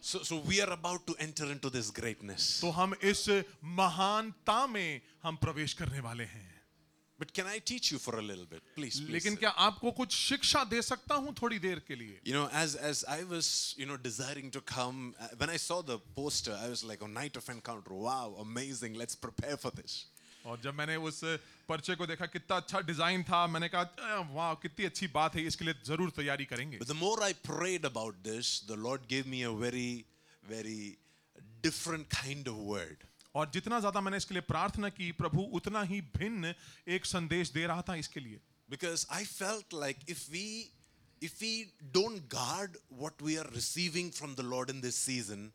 So, so we are about to enter into this greatness. तो हम इस महानता में हम प्रवेश करने वाले हैं But can I teach you for a little bit, please? please लेकिन sir. क्या आपको कुछ शिक्षा दे सकता हूं थोड़ी देर के लिए You know, as as I was, you know, desiring to come, uh, when I saw the poster, I was like, "A night of encounter! Wow, amazing! Let's prepare for this." और जब मैंने उस पर्चे को देखा कितना अच्छा डिजाइन था मैंने कहा वाह कितनी अच्छी बात है इसके लिए जरूर तैयारी करेंगे But the more I prayed about this, the Lord gave me a very, very different kind of word. और जितना ज्यादा मैंने इसके लिए प्रार्थना की प्रभु उतना ही भिन्न एक संदेश दे रहा था इसके लिए Because I felt like if we if we don't guard what we are receiving from the Lord in this season,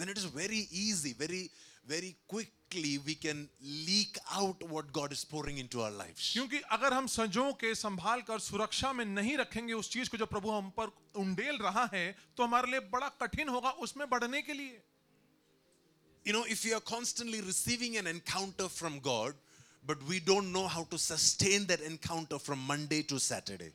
then it is very easy, very, very quickly we can leak out what God is pouring into our lives. क्योंकि अगर हम संजो के संभाल कर सुरक्षा में नहीं रखेंगे उस चीज को जो प्रभु हम पर उंडेल रहा है तो हमारे लिए बड़ा कठिन होगा उसमें बढ़ने के लिए You know, if you are constantly receiving an encounter from God, but we don't know how to sustain that encounter from Monday to Saturday.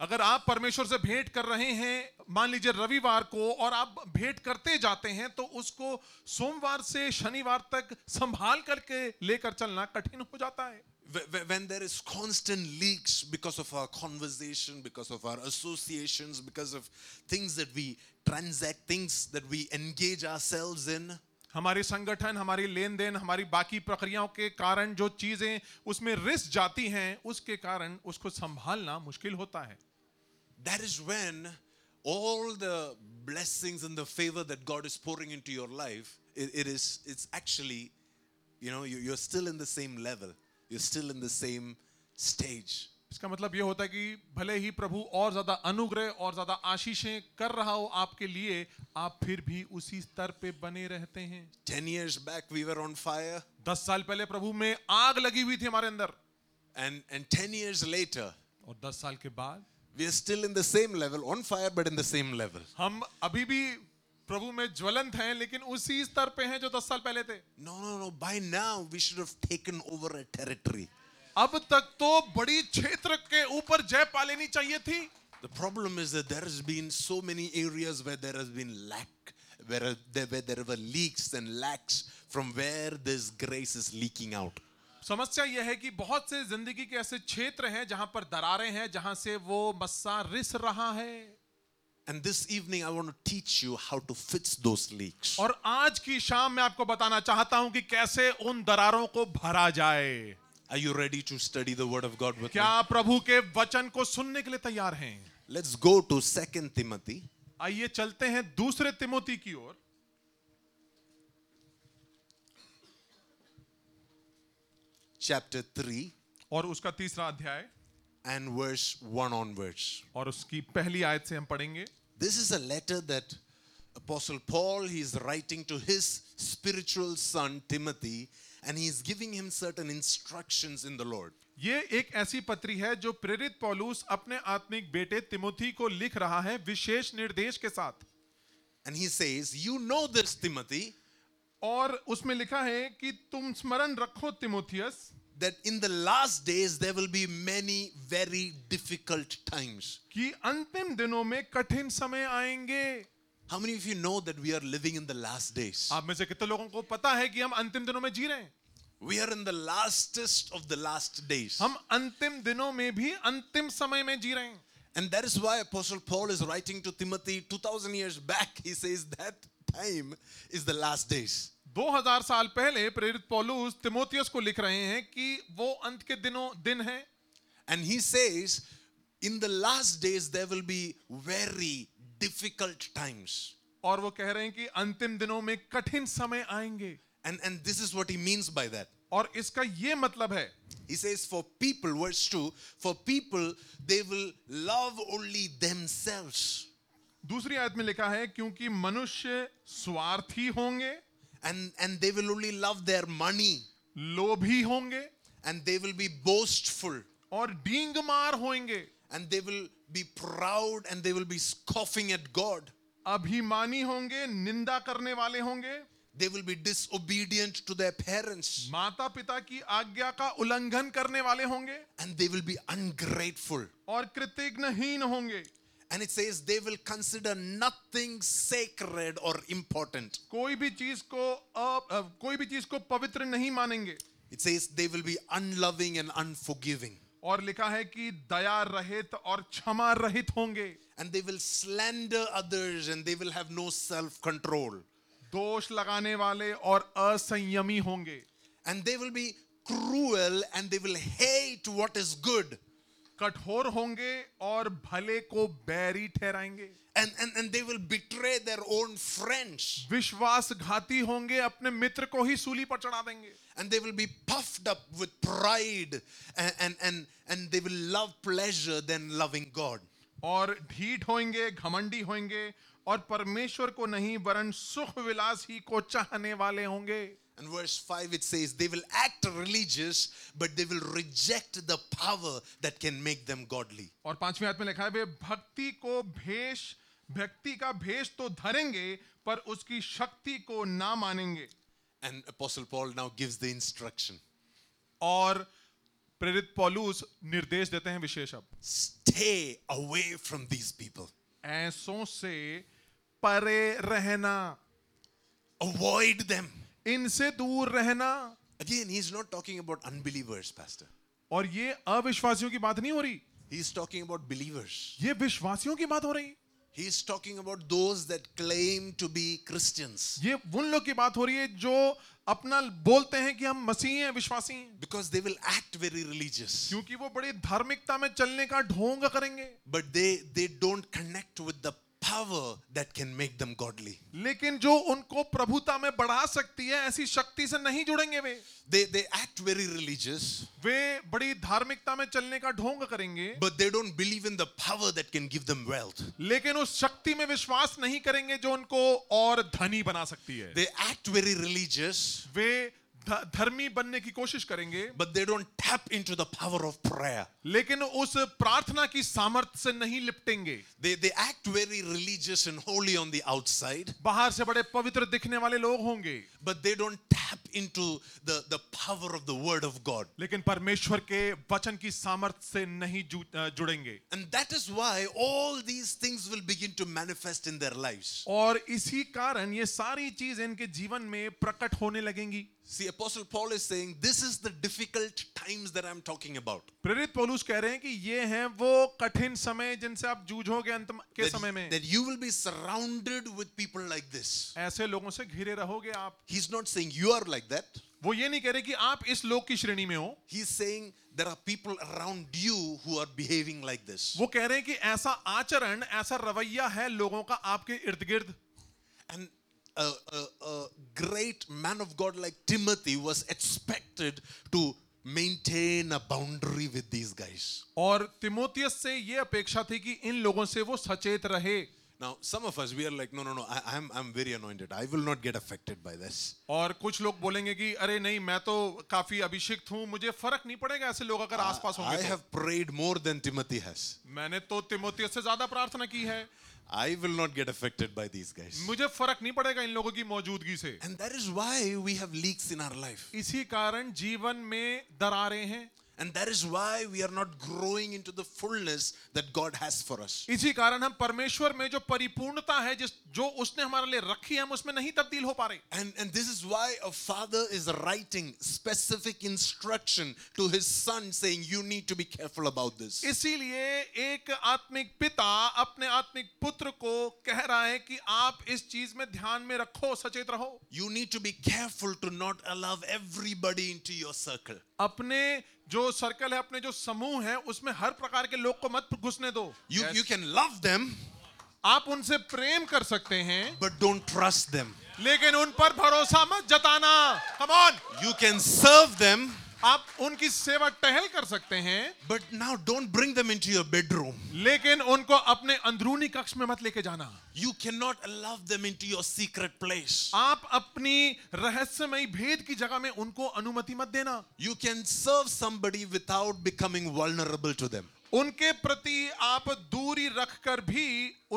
अगर आप परमेश्वर से भेंट कर रहे हैं मान लीजिए रविवार को और आप भेंट करते जाते हैं तो उसको सोमवार से शनिवार तक संभाल करके लेकर चलना कठिन हो जाता है Wh- wh- when there is constant leaks because of our conversation because of our associations because of things that we transact things that we engage ourselves in हमारे संगठन हमारी लेन देन हमारी बाकी प्रक्रियाओं के कारण जो चीजें उसमें रिस जाती हैं उसके कारण उसको संभालना मुश्किल होता है that is when all the blessings and the favor that god is pouring into your life it, it is it's actually you know you, you're still in the same level you're still in the same stage इसका मतलब ये होता है कि भले ही प्रभु और ज्यादा अनुग्रह और ज्यादा आशीषें कर रहा हो आपके लिए आप फिर भी उसी स्तर पे बने रहते हैं 10 years back we were on fire दस साल पहले प्रभु में आग लगी हुई थी हमारे अंदर and and 10 years later और दस साल के बाद we are still in the same level on fire but in the same level हम अभी भी प्रभु में ज्वलंत हैं लेकिन उसी स्तर पे हैं जो दस साल पहले थे No, no, no. By now, we should have taken over a territory. अब तक तो बड़ी क्षेत्र के ऊपर जय पा लेनी चाहिए थी The problem is that there has been so many areas where there has been lack, where there, where there were leaks and lacks from where this grace is leaking out. समस्या यह है कि बहुत से जिंदगी के ऐसे क्षेत्र हैं जहां पर दरारें हैं जहां से वो मस्सा रिस रहा है And this evening, I want to teach you how to fix those leaks. और आज की शाम मैं आपको बताना चाहता हूं कि कैसे उन दरारों को भरा जाए Are you ready to study the Word of God with क्या me? आप प्रभु के वचन को सुनने के लिए तैयार हैं Let's go to 2 Timothy. आइए चलते हैं दूसरे तिमोती की ओर Chapter 3 और उसका तीसरा अध्याय and verse 1 onwards. और उसकी पहली आयत से हम पढ़ेंगे This is a letter that Apostle Paul he is writing to his spiritual son Timothy, and he is giving him certain instructions in the Lord. ये एक ऐसी पत्री है जो प्रेरित पौलुस अपने आत्मिक बेटे तिमोथी को लिख रहा है विशेष निर्देश के साथ And he says, You know this, Timothy, और उसमें लिखा है कि तुम स्मरण रखो Timothy that in the last days there will be many very difficult times. कि अंतिम दिनों में कठिन समय आएंगे How many of you know that we are living in the last days? आप में से कितने लोगों को पता है कि हम अंतिम दिनों में जी रहे हैं We are in the lastest of the last days. हम अंतिम दिनों में भी अंतिम समय में जी रहे हैं And that is why Apostle Paul is writing to Timothy 2000 years back. He says, That time is the last days. 2000 साल पहले प्रेरित पौलुस तिमोथियस को लिख रहे हैं कि वो अंत के दिनों दिन है And he says, in the last days there will be very difficult times. और वो कह रहे हैं कि अंतिम दिनों में कठिन समय आएंगे And, and this is what he means by that. और इसका ये मतलब है He says, for people, verse 2, for people, they will love only themselves. दूसरी आयत में लिखा है क्योंकि मनुष्य स्वार्थी होंगे And, and they will only love their money. लोभी होंगे And they will be boastful. और डींग मार होंगे And they will be proud. And they will be scoffing at God. अभिमानी होंगे निंदा करने वाले होंगे They will be disobedient to their parents. माता पिता की आज्ञा का उल्लंघन करने वाले होंगे And they will be ungrateful. और कृतज्ञहीन होंगे And it says they will consider nothing sacred or important. कोई भी चीज को अ- अ, कोई भी चीज को पवित्र नहीं मानेंगे It says they will be unloving and unforgiving. और लिखा है कि दया रहित और क्षमा रहित होंगे And they will slander others and they will have no self control. दोष लगाने वाले और असंयमी होंगे And they will be cruel and they will hate what is good. कठोर होंगे और भले को बैरी ठहराएंगे And, and, and they will betray their own friends. विश्वासघाती होंगे अपने मित्र को ही सूली पर चढ़ा देंगे And they will be puffed up with pride and, and, and, and they will love pleasure than loving God. और ढीठ होंगे घमंडी होंगे और परमेश्वर को नहीं वरन सुख विलास ही को चाहने वाले होंगे And verse 5 it says, They will act religious, but they will reject the power that can make them godly. और पांचवें हाथ में लिखा है वे भक्ति को भेष भक्ति का भेष तो धरेंगे पर उसकी शक्ति को ना मानेंगे And Apostle Paul now gives the instruction और प्रेरित पौलुस निर्देश देते हैं विशेष अब stay away from these people, ऐसों से परे रहना avoid them. इनसे दूर रहना Again, he's not talking about unbelievers, Pastor. और ये अविश्वासियों की बात नहीं हो रही He's talking about believers. ये विश्वासियों की बात हो रही He's talking about those that claim to be Christians ये उन लोग की बात हो रही है जो अपना बोलते हैं कि हम मसीह हैं विश्वासी हैं because they will act very religious, क्योंकि वो बड़ी धार्मिकता में चलने का ढोंग करेंगे but they, they don't connect with the power that can make them godly. लेकिन जो उनको प्रभुता में बढ़ा सकती है ऐसी शक्ति से नहीं जुड़ेंगे वे They, they act very religious, वे बड़ी धार्मिकता में चलने का ढोंग करेंगे but they don't believe in the power that can give them wealth. लेकिन उस शक्ति में विश्वास नहीं करेंगे जो उनको और धनी बना सकती है They act very religious, वे ध- धर्मी बनने की कोशिश करेंगे but they don't tap into the power of prayer. लेकिन उस प्रार्थना की सामर्थ्य से नहीं लिपटेंगे They, they act very religious and holy on the outside, बाहर से बड़े पवित्र दिखने वाले लोग होंगे but they don't tap into the, the power of the Word of God. लेकिन परमेश्वर के वचन की सामर्थ्य से नहीं जू- अ, जुड़ेंगे And that is why all these things will begin to manifest in their lives. और इसी कारण ये सारी चीज इनके जीवन में प्रकट होने लगेंगी See, Apostle Paul is saying this is the difficult times that I'm talking about. प्रेरित पौलुस कह रहे हैं कि ये हैं वो कठिन समय जिनसे आप जूझोगे अंत म- के समय That, में that you will be surrounded with people like this. ऐसे लोगों से घिरे रहोगे आप He's not saying you are like that. वो ये नहीं कह रहे कि आप इस लोग की श्रेणी में हो He's saying there are people around you who are behaving like this. वो कह रहे हैं कि ऐसा आचरण ऐसा रवैया है लोगों का आपके इर्द गिर्द And a, a, a great man of God like Timothy was expected to maintain a boundary with these guys. और तिमोथियस से ये अपेक्षा थी कि इन लोगों से वो सचेत रहे Now, some of us, we are like, no, no, no, I, I'm, I'm very anointed. I will not get affected by this. और कुछ लोग बोलेंगे कि अरे नहीं मैं तो काफी अभिषिक्त हूं मुझे फर्क नहीं पड़ेगा ऐसे लोग अगर आसपास I होंगे तो। have prayed more than Timothy has. मैंने तो तिमोथियस से ज्यादा प्रार्थना की है I will not get affected by these guys. मुझे फर्क नहीं पड़ेगा इन लोगों की मौजूदगी से And that is why we have leaks in our life. इसी कारण जीवन में दरारें हैं And that is why we are not growing into the fullness that God has for us. इसी कारण हम परमेश्वर में जो परिपूर्णता है जिस जो उसने हमारे लिए रखी है हम उसमें नहीं तब्दील हो पा रहे And, and this is why a father is writing specific instruction to his son saying, You need to be careful about this. इसीलिए एक आत्मिक पिता अपने आत्मिक पुत्र को कह रहा है कि आप इस चीज में ध्यान में रखो सचेत रहो You need to be careful to not allow everybody into your circle. अपने जो सर्कल है अपने जो समूह है उसमें हर प्रकार के लोग को मत घुसने दो You, you can love them, आप उनसे प्रेम कर सकते हैं but don't trust them. लेकिन उन पर भरोसा मत जताना come on You can serve them, आप उनकी सेवा टहल कर सकते हैं but now don't bring them into your bedroom. लेकिन उनको अपने अंदरूनी कक्ष में मत लेके जाना You cannot allow them into your secret place. आप अपनी रहस्यमयी भेद की जगह में उनको अनुमति मत देना You can serve somebody without becoming vulnerable to them. उनके प्रति आप दूरी रखकर भी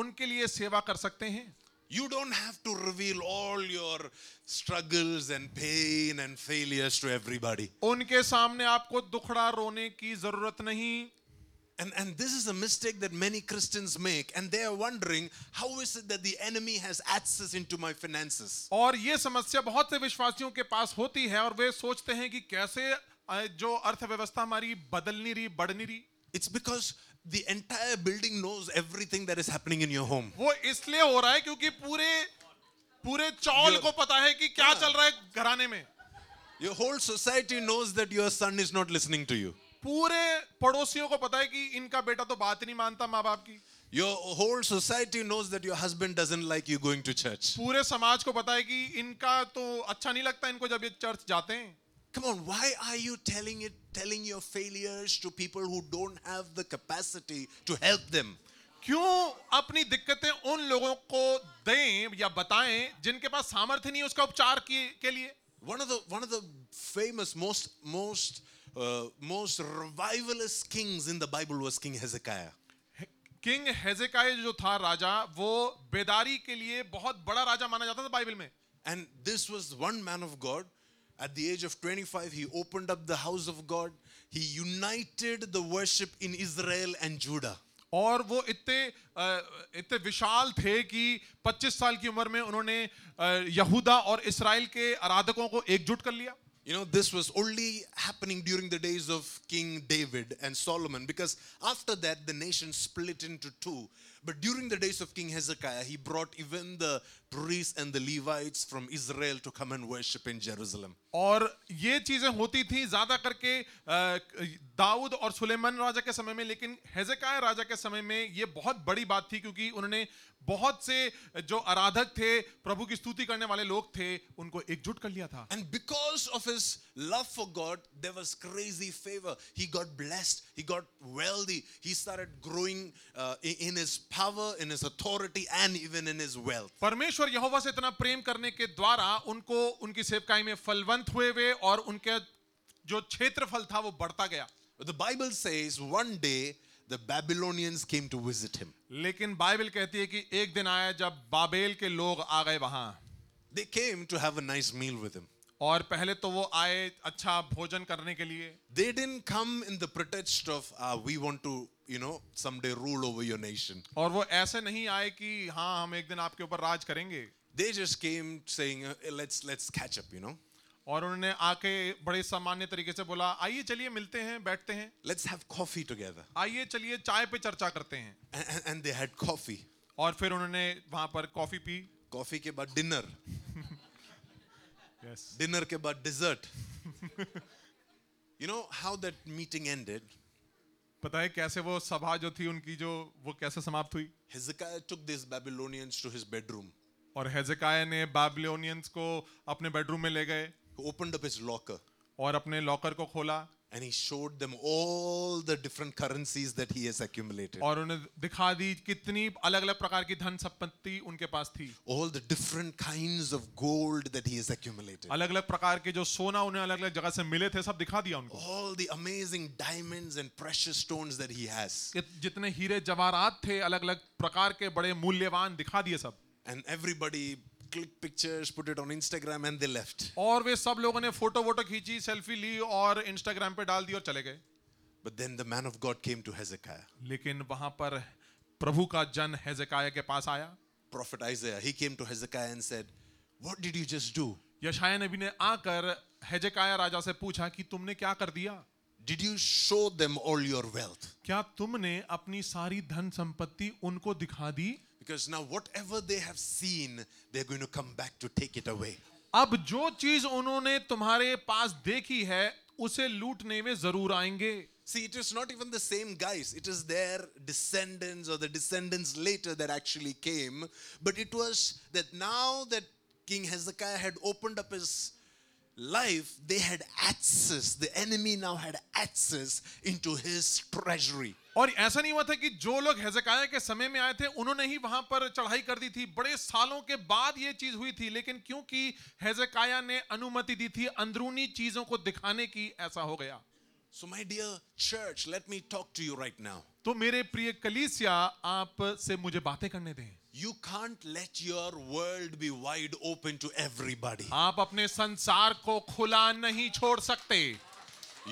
उनके लिए सेवा कर सकते हैं You don't have to reveal all your struggles and pain and failures to everybody. उनके सामने आपको दुखड़ा रोने की जरूरत नहीं And, and this is a mistake that many Christians make, and they are wondering how is it that the enemy has access into my finances? और ये समस्या बहुत से विश्वासियों के पास होती है और वे सोचते हैं कि कैसे अ, जो अर्थव्यवस्था हमारी बदल नहीं रही बढ़ नहीं रही It's because the entire building knows everything that is happening in your home. वो इसलिए हो रहा है क्योंकि पूरे पूरे चौल Your- को पता है कि क्या हाँ। चल रहा है घराने में Your whole society knows that your son is not listening to you. पूरे पड़ोसियों को पता है कि इनका बेटा तो बात ही नहीं मानता माँ बाप की Your whole society knows that your husband doesn't like you going to church. पूरे समाज को पता है कि इनका तो अच्छा नहीं लगता इनको जब ये चर्च जाते हैं Come on, why are you telling it telling your failures to people who don't have the capacity to help them? क्यों अपनी दिक्कतें उन लोगों को दें या बताएं जिनके पास सामर्थ्य नहीं है उसका उपचार के, के लिए One of the one of the famous most most uh, most revivalist kings in the Bible was King Hezekiah. King Hezekiah जो था राजा वो बेदारी के लिए बहुत बड़ा राजा माना जाता था बाइबल में And this was one man of God. At the age of 25, he opened up the house of God. He united the worship in Israel and Judah. और वो इतने अ, इतने विशाल थे कि 25 साल की उम्र में उन्होंने अ, यहूदा और इसराइल के आराधकों को एकजुट कर लिया You know, this was only happening during the days of King David and Solomon because after that the nation split into two. But during the days of King Hezekiah, he brought even the priests and the Levites from Israel to come and worship in Jerusalem. और ये चीजें होती थी ज्यादा करके अ, दाऊद और सुलेमान राजा के समय में लेकिन हेजेकाय राजा के समय में ये बहुत बड़ी बात थी क्योंकि उन्होंने बहुत से जो आराधक थे प्रभु की स्तुति करने वाले लोग थे उनको एकजुट कर लिया था And because of his love for God, there was crazy favor. He got blessed, he got wealthy, he started growing uh, in in his power, in his authority, and even in his wealth. परमेश्वर यहोवा से इतना प्रेम करने के द्वारा उनको उनकी सेवकाई में फलवंत हुए वे और उनके जो क्षेत्रफल था वो बढ़ता गया But the Bible says one day the Babylonians came to visit him. लेकिन बाइबल कहती है कि एक दिन आया जब बाबेल के लोग आ गए वहां They came to have a nice meal with him. और पहले तो वो आए अच्छा भोजन करने के लिए They didn't come in the pretext of, ah, we want to, you know, someday rule over your nation. और वो ऐसे नहीं आए कि हाँ हम एक दिन आपके ऊपर राज करेंगे They just came saying, "Uh, let's let's catch up, you know. और उन्होंने आके बड़े सामान्य तरीके से बोला आइए चलिए मिलते हैं बैठते हैं Let's have coffee together. आइए चलिए चाय पे चर्चा करते हैं And, and- and they had coffee. और फिर उन्होंने वहां पर कॉफी पी Coffee के बाद dinner. yes. Dinner के बाद dessert. you know how that meeting ended? पता है कैसे वो सभा जो थी उनकी जो वो कैसे समाप्त हुई Hezekiah took these Babylonians to his bedroom. और हेजेकाय ने बाबिलोनियंस को अपने बेडरूम में ले गए He opened up his locker और अपने लॉकर को खोला and he showed them all the different currencies that he has accumulated. और उन्हें दिखा दी कितनी अलग अलग प्रकार की धन संपत्ति उनके पास थी all the different kinds of gold that he has accumulated, अलग अलग प्रकार के जो सोना उन्हें अलग अलग जगह से मिले थे सब दिखा दिया उनको all the amazing diamonds and precious stones that he has. कि जितने हीरे जवाहरात थे अलग अलग प्रकार के बड़े मूल्यवान दिखा दिए सब And everybody clicked pictures, put it on Instagram, and they left. और वे सब लोगों ने फोटो वोटो खींची सेल्फी ली और इंस्टाग्राम पे डाल दी और चले गए But then the man of God came to Hezekiah, लेकिन वहां पर प्रभु का जन हेजेकाया के पास आया prophet Isaiah. He came to Hezekiah and said, What did you just do? यशाया नबी ने आकर हेजेकाया राजा से पूछा कि तुमने क्या कर दिया Did you show them all your wealth? क्या तुमने अपनी सारी धन संपत्ति उनको दिखा दी Because now, whatever they have seen, they're going to come back to take it away. अब जो चीज उन्होंने तुम्हारे पास देखी है उसे लूटने में जरूर आएंगे See, it is not even the same guys. It is their descendants or the descendants later that actually came. But it was that now that King Hezekiah had opened up his life, they had access. The enemy now had access into his treasury. और ऐसा नहीं हुआ था कि जो लोग हेजेकाया के समय में आए थे उन्होंने ही वहां पर चढ़ाई कर दी थी बड़े सालों के बाद ये चीज हुई थी लेकिन क्योंकि हेजेकाया ने अनुमति दी थी अंदरूनी चीजों को दिखाने की ऐसा हो गया So, my dear church, let me talk to you right now. तो मेरे प्रिय कलीसिया आप से मुझे बातें करने दें You can't let your world be wide open to everybody. आप अपने संसार को खुला नहीं छोड़ सकते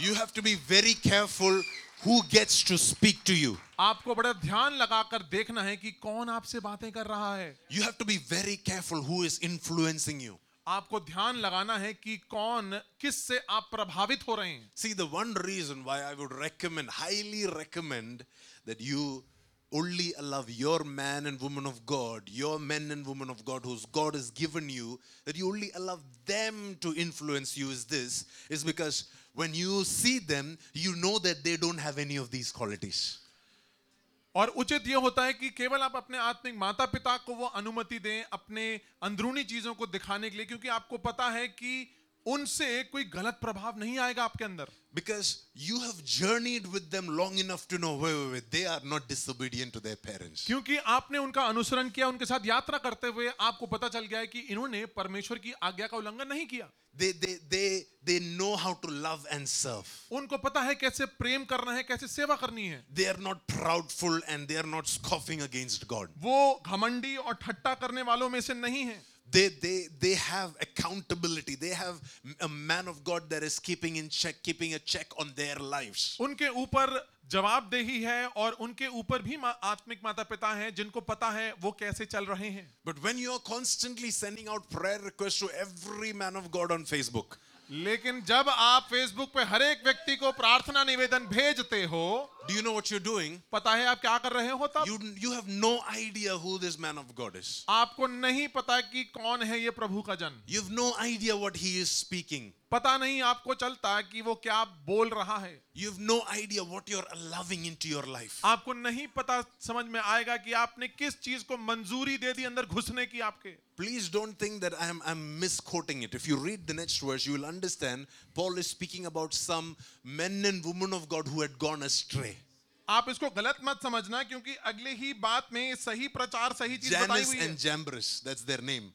You have to be very careful who gets to speak to you. आपको बड़ा ध्यान लगाकर देखना है कि कौन आपसे बातें कर रहा है You have to be very careful who is influencing you. आपको ध्यान लगाना है कि कौन किस से आप प्रभावित हो रहे हैं See, the one reason why I would recommend, highly recommend, that you only allow your man and woman of God, your men and women of God, whose God has given you, that you only allow them to influence you is this, is because when you see them, you know that they don't have any of these qualities. और उचित यह होता है कि केवल आप अपने आत्मिक माता पिता को वो अनुमति दें अपने अंदरूनी चीजों को दिखाने के लिए क्योंकि आपको पता है कि उनसे कोई गलत प्रभाव नहीं आएगा आपके अंदर Because you have journeyed with them long enough to know, wait, wait, wait, they are not disobedient to their parents. क्योंकि आपने उनका अनुसरण किया उनके साथ यात्रा करते हुए आपको पता चल गया है कि इन्होंने परमेश्वर की आज्ञा का उल्लंघन नहीं किया They, they, they, they know how to love and serve. उनको पता है कैसे प्रेम करना है कैसे सेवा करनी है they are not proudful and they are not scoffing against god वो घमंडी और ठट्टा करने वालों में से नहीं है they they they have accountability they have a man of god that is keeping in check keeping a check on their lives उनके ऊपर जवाबदेही है और उनके ऊपर भी मा- आत्मिक माता पिता हैं जिनको पता है वो कैसे चल रहे हैं but when you are constantly sending out prayer requests to every man of god on facebook लेकिन जब आप फेसबुक पे हर एक व्यक्ति को प्रार्थना निवेदन भेजते हो do you know what you're doing पता है आप क्या कर रहे हो तब you you have no idea who this man of god is आपको नहीं पता कि कौन है ये प्रभु का जन you have no idea what he is speaking पता नहीं आपको चलता कि वो क्या बोल रहा है you have no idea what you're allowing into your life आपको नहीं पता समझ में आएगा कि आपने किस चीज को मंजूरी दे दी अंदर घुसने की आपके Please don't think that I am I'm misquoting it. If you read the next verse, you will understand Paul is speaking about some men and women of God who had gone astray. आप इसको गलत मत समझना क्योंकि अगले ही बात में सही प्रचार सही चीज बताई Janus हुई है and Jambres, that's their name.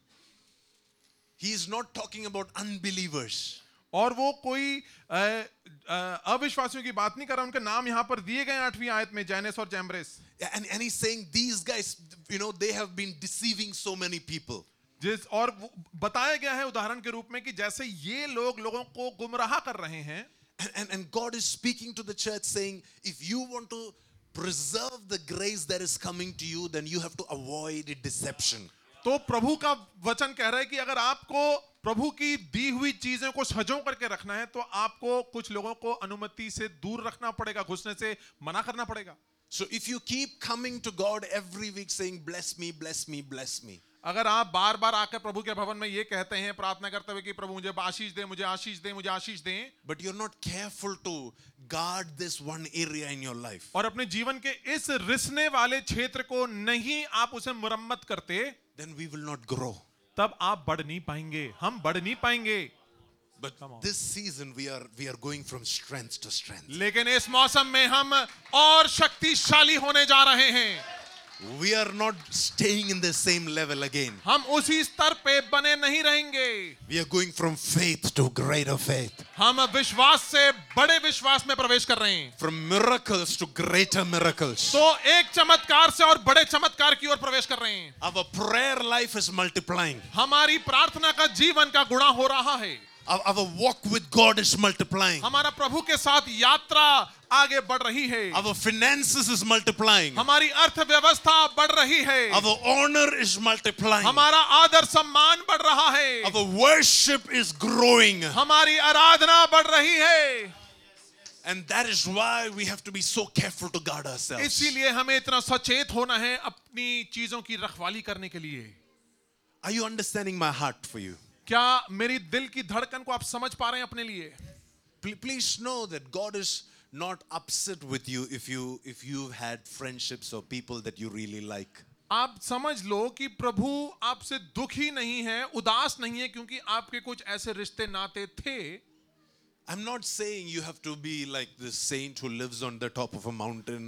He is not talking about unbelievers. और वो कोई अ, अ, अविश्वासियों की बात नहीं कर रहा उनके नाम यहाँ पर दिए गए हैं आठवीं आयत में जैनेस और जैम्ब्रेस And, and he's saying these guys, you know, they have been deceiving so many people. जिस और वो- बताया गया है उदाहरण के रूप में कि जैसे ये लोग लोगों को गुमराह कर रहे हैं And, and, and God is speaking to the church saying, if you want to preserve the grace that is coming to you, then you have to avoid deception. तो प्रभु का वचन कह रहा है कि अगर आपको प्रभु की दी हुई चीजों को सजो करके रखना है तो आपको कुछ लोगों को अनुमति से दूर रखना पड़ेगा घुसने से मना करना पड़ेगा So if you keep coming to God every week saying, Bless me, bless me, bless me, अगर आप बार बार आकर प्रभु के भवन में ये कहते हैं प्रार्थना करते हुए कि प्रभु मुझे आशीष दे मुझे आशीष दे मुझे आशीष दे but you're not careful to guard this one area in your life, और अपने जीवन के इस रिसने वाले क्षेत्र को नहीं आप उसे मुरम्मत करते then we will not grow. तब आप बढ़ नहीं पाएंगे हम बढ़ नहीं पाएंगे But this season we are we are going from strength to strength. लेकिन इस मौसम में हम और शक्तिशाली होने जा रहे हैं We are not staying in the same level again. हम उसी स्तर पे बने नहीं रहेंगे We are going from faith to greater faith, हम विश्वास से बड़े विश्वास में प्रवेश कर रहे हैं from miracles to greater miracles. तो एक चमत्कार से और बड़े चमत्कार की ओर प्रवेश कर रहे हैं Our prayer life is multiplying. हमारी प्रार्थना का जीवन का गुणा हो रहा है Our, our walk with God is multiplying. हमारा प्रभु के साथ यात्रा आगे बढ़ रही है Our finances is multiplying. हमारी अर्थव्यवस्था बढ़ रही है Our honor is multiplying. हमारा आदर सम्मान बढ़ रहा है Our worship is growing. हमारी आराधना बढ़ रही है And that is why we have to be so careful to guard ourselves. इसीलिए हमें इतना सचेत होना है अपनी चीजों की रखवाली करने के लिए Are you understanding my heart for you? क्या मेरी दिल की धड़कन को आप समझ पा रहे हैं अपने लिए Pl- Please know that God is not upset with you if you if you've had friendships or people that you really like. आप समझ लो कि प्रभु आपसे दुखी नहीं है उदास नहीं है क्योंकि आपके कुछ ऐसे रिश्ते नाते थे I'm not saying you have to be like this saint who lives on the top of a mountain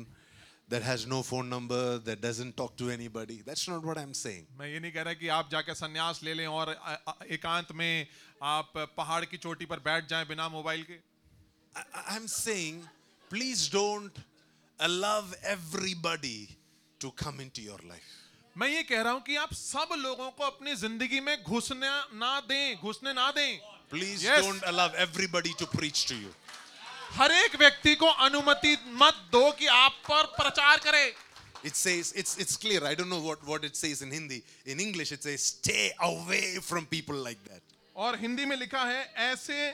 that has no phone number, that doesn't talk to anybody. That's not what I'm saying. मैं ये नहीं कह रहा कि आप जाके संन्यास ले लें और अ- अ- एकांत में आप पहाड़ की चोटी पर बैठ जाएं बिना मोबाइल के I, I- I'm saying, please don't allow everybody to come into your life. मैं ये कह रहा हूं कि आप सब लोगों को अपनी जिंदगी में घुसना ना दें घुसने ना दें Please Yes. don't allow everybody to preach to you. हर एक व्यक्ति को अनुमति मत दो कि आप पर प्रचार करे It says, it's, it's clear. I don't know what, what it says in Hindi. In English, it says, stay away from people like that. और हिंदी में लिखा है ऐसे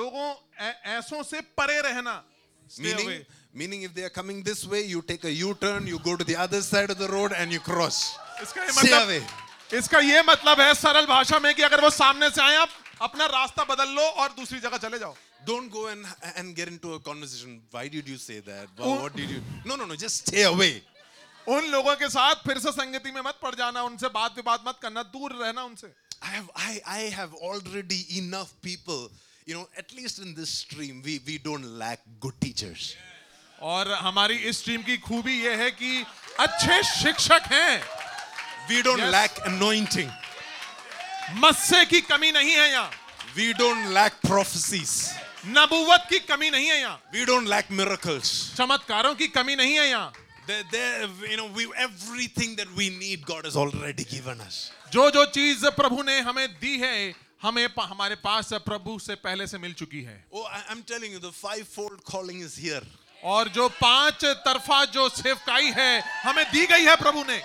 लोगों ऐ- ऐसों से परे रहना Stay Meaning, away. meaning, if they are coming this way, you take a U turn, you go to the other side of the road, and you cross. इसका ये Stay away. मतलब इसका ये मतलब है सरल भाषा में कि अगर वो सामने से आए आप अपना रास्ता बदल लो और दूसरी जगह चले जाओ Don't go and, and get into a conversation. Why did you say that? Wha- Oh. What did you? No, no, no. Just stay away. उन लोगों के साथ फिर से संगति में मत पड़ जाना उनसे बात विवाद मत करना दूर रहना उनसे I have, I, I have already enough people. You know, at least in this stream, we, we don't lack good teachers. और हमारी इस टीम की खूबी ये है कि अच्छे शिक्षक हैं We don't Yes. lack anointing. मस्से की कमी नहीं है यहाँ We don't lack prophecies. नबूवत की कमी नहीं है यहाँ We don't lack miracles. चमत्कारों की कमी नहीं है यहाँ There, there, you know, we, everything that we need, God has already given us. जो जो चीज प्रभु ने हमें दी है हमें प- हमारे पास प्रभु से पहले से मिल चुकी है Oh, I, I'm telling you, the fivefold calling is here. और जो पांच तरफा जो सेवकाई है हमें दी गई है प्रभु ने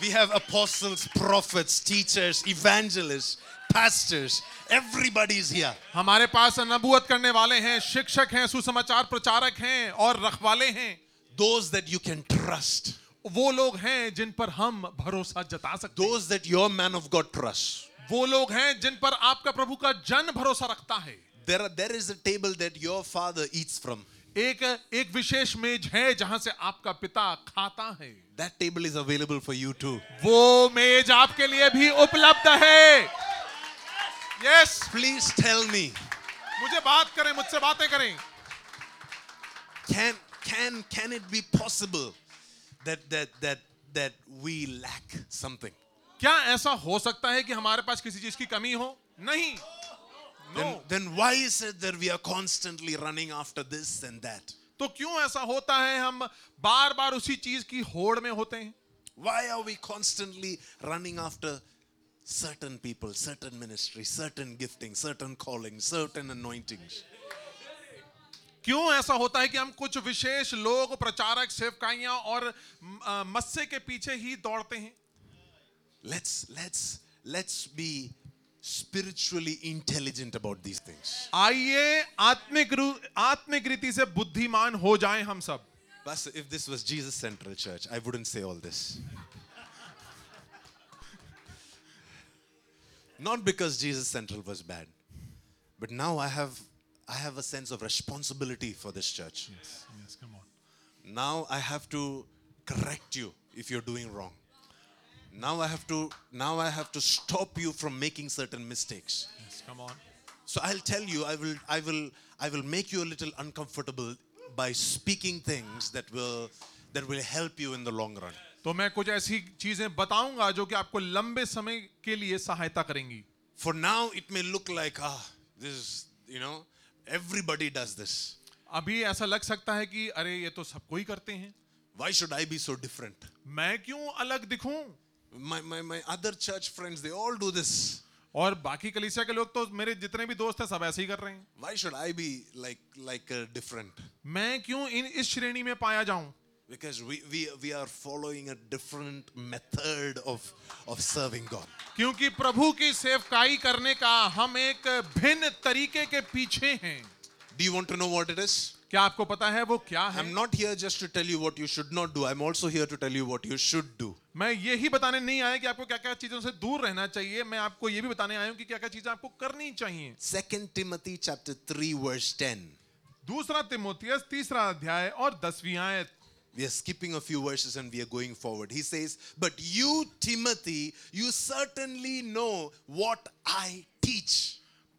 We have apostles, prophets, teachers, evangelists, pastors. Everybody is here. हमारे पास नबूवत करने वाले हैं शिक्षक हैं सुसमाचार प्रचारक हैं और रखवाले हैं Those that you can trust. वो लोग हैं जिन पर हम भरोसा जता सकते हैं Those that your man of God trusts. वो लोग हैं जिन पर आपका प्रभु का जन भरोसा रखता है There, are, there is a table that your father eats from. एक एक विशेष मेज है जहां से आपका पिता खाता है That table is available for you too. वो मेज आपके लिए भी उपलब्ध है यस Please tell me, मुझे बात करें मुझसे बातें करें can can can it be possible that that that that we lack something? क्या ऐसा हो सकता है कि हमारे पास किसी चीज की कमी हो नहीं Then, no then why is it that we are constantly running after this and that? तो क्यों ऐसा होता है हम बार बार उसी चीज की होड़ में होते हैं Why are we constantly running after certain people, certain ministries, certain gifting, certain callings, certain anointings? क्यों ऐसा होता है कि हम कुछ विशेष लोग प्रचारक सेवकाइयां और अ, मस्से के पीछे ही दौड़ते हैं Let's let's let's be spiritually intelligent about these things. आइए आत्मिक रू- आत्मिक रीति से बुद्धिमान हो जाएं हम सब Pastor, if this was Jesus Central Church, I wouldn't say all this. Not because Jesus Central was bad, but now I have I have a sense of responsibility for this church. Now I have to correct you if you're doing wrong. Now I have to now I have to stop you from making certain mistakes. So I'll tell you, I will, I will, I will make you a little uncomfortable by speaking things that will, that will help you in the long run. तो मैं कुछ ऐसी चीजें बताऊंगा जो कि आपको लंबे समय के लिए सहायता करेंगी For now, it may look like ah, this is, you know, everybody does this. अभी ऐसा लग सकता है कि अरे ये तो सबको ही करते हैं Why should I be so different? मैं क्यों अलग दिखूं My, my, my other church friends, they all do this. और बाकी कलीसिया के लोग तो मेरे जितने भी दोस्त हैं सब ऐसे ही कर रहे हैं Why should I be like, like uh, different? मैं क्यों इन इस श्रेणी में पाया जाऊं Because we, we, we are following a different method of, of serving God. क्योंकि प्रभु की सेवकाई करने का हम एक भिन्न तरीके के पीछे हैं Do you want to know what it is? क्या आपको पता है वो क्या है I'm not here just to tell you what you should not do. I'm also here to tell you what you should do. मैं ये ही बताने नहीं आया कि आपको क्या क्या चीजों से दूर रहना चाहिए मैं आपको ये भी बताने आया हूँ कि क्या क्या चीजें आपको करनी चाहिए 2 Timothy chapter 3 verse 10. दूसरा तिमोथियस तीसरा अध्याय और दसवीं आयत We are skipping a few verses and we are going forward. He says, "But you Timothy, you certainly know what I teach."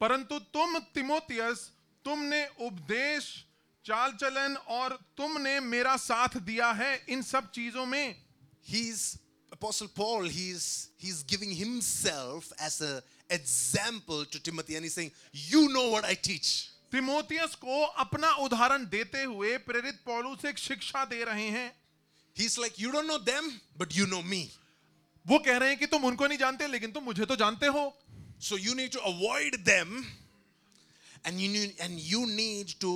परंतु तुम तिमोथियस तुमने उपदेश चाल चलन और तुमने मेरा साथ दिया है इन सब चीजों में He's Apostle Paul, he's he's giving himself as a example to Timothy and he's saying, "You know what I teach." Timothy को अपना उदाहरण देते हुए प्रेरित पौलुस एक शिक्षा दे रहे हैं He's like, "You don't know them, but you know me." वो कह रहे हैं कि तुम उनको नहीं जानते लेकिन तुम मुझे तो जानते हो So you need to avoid them and you need, and you need to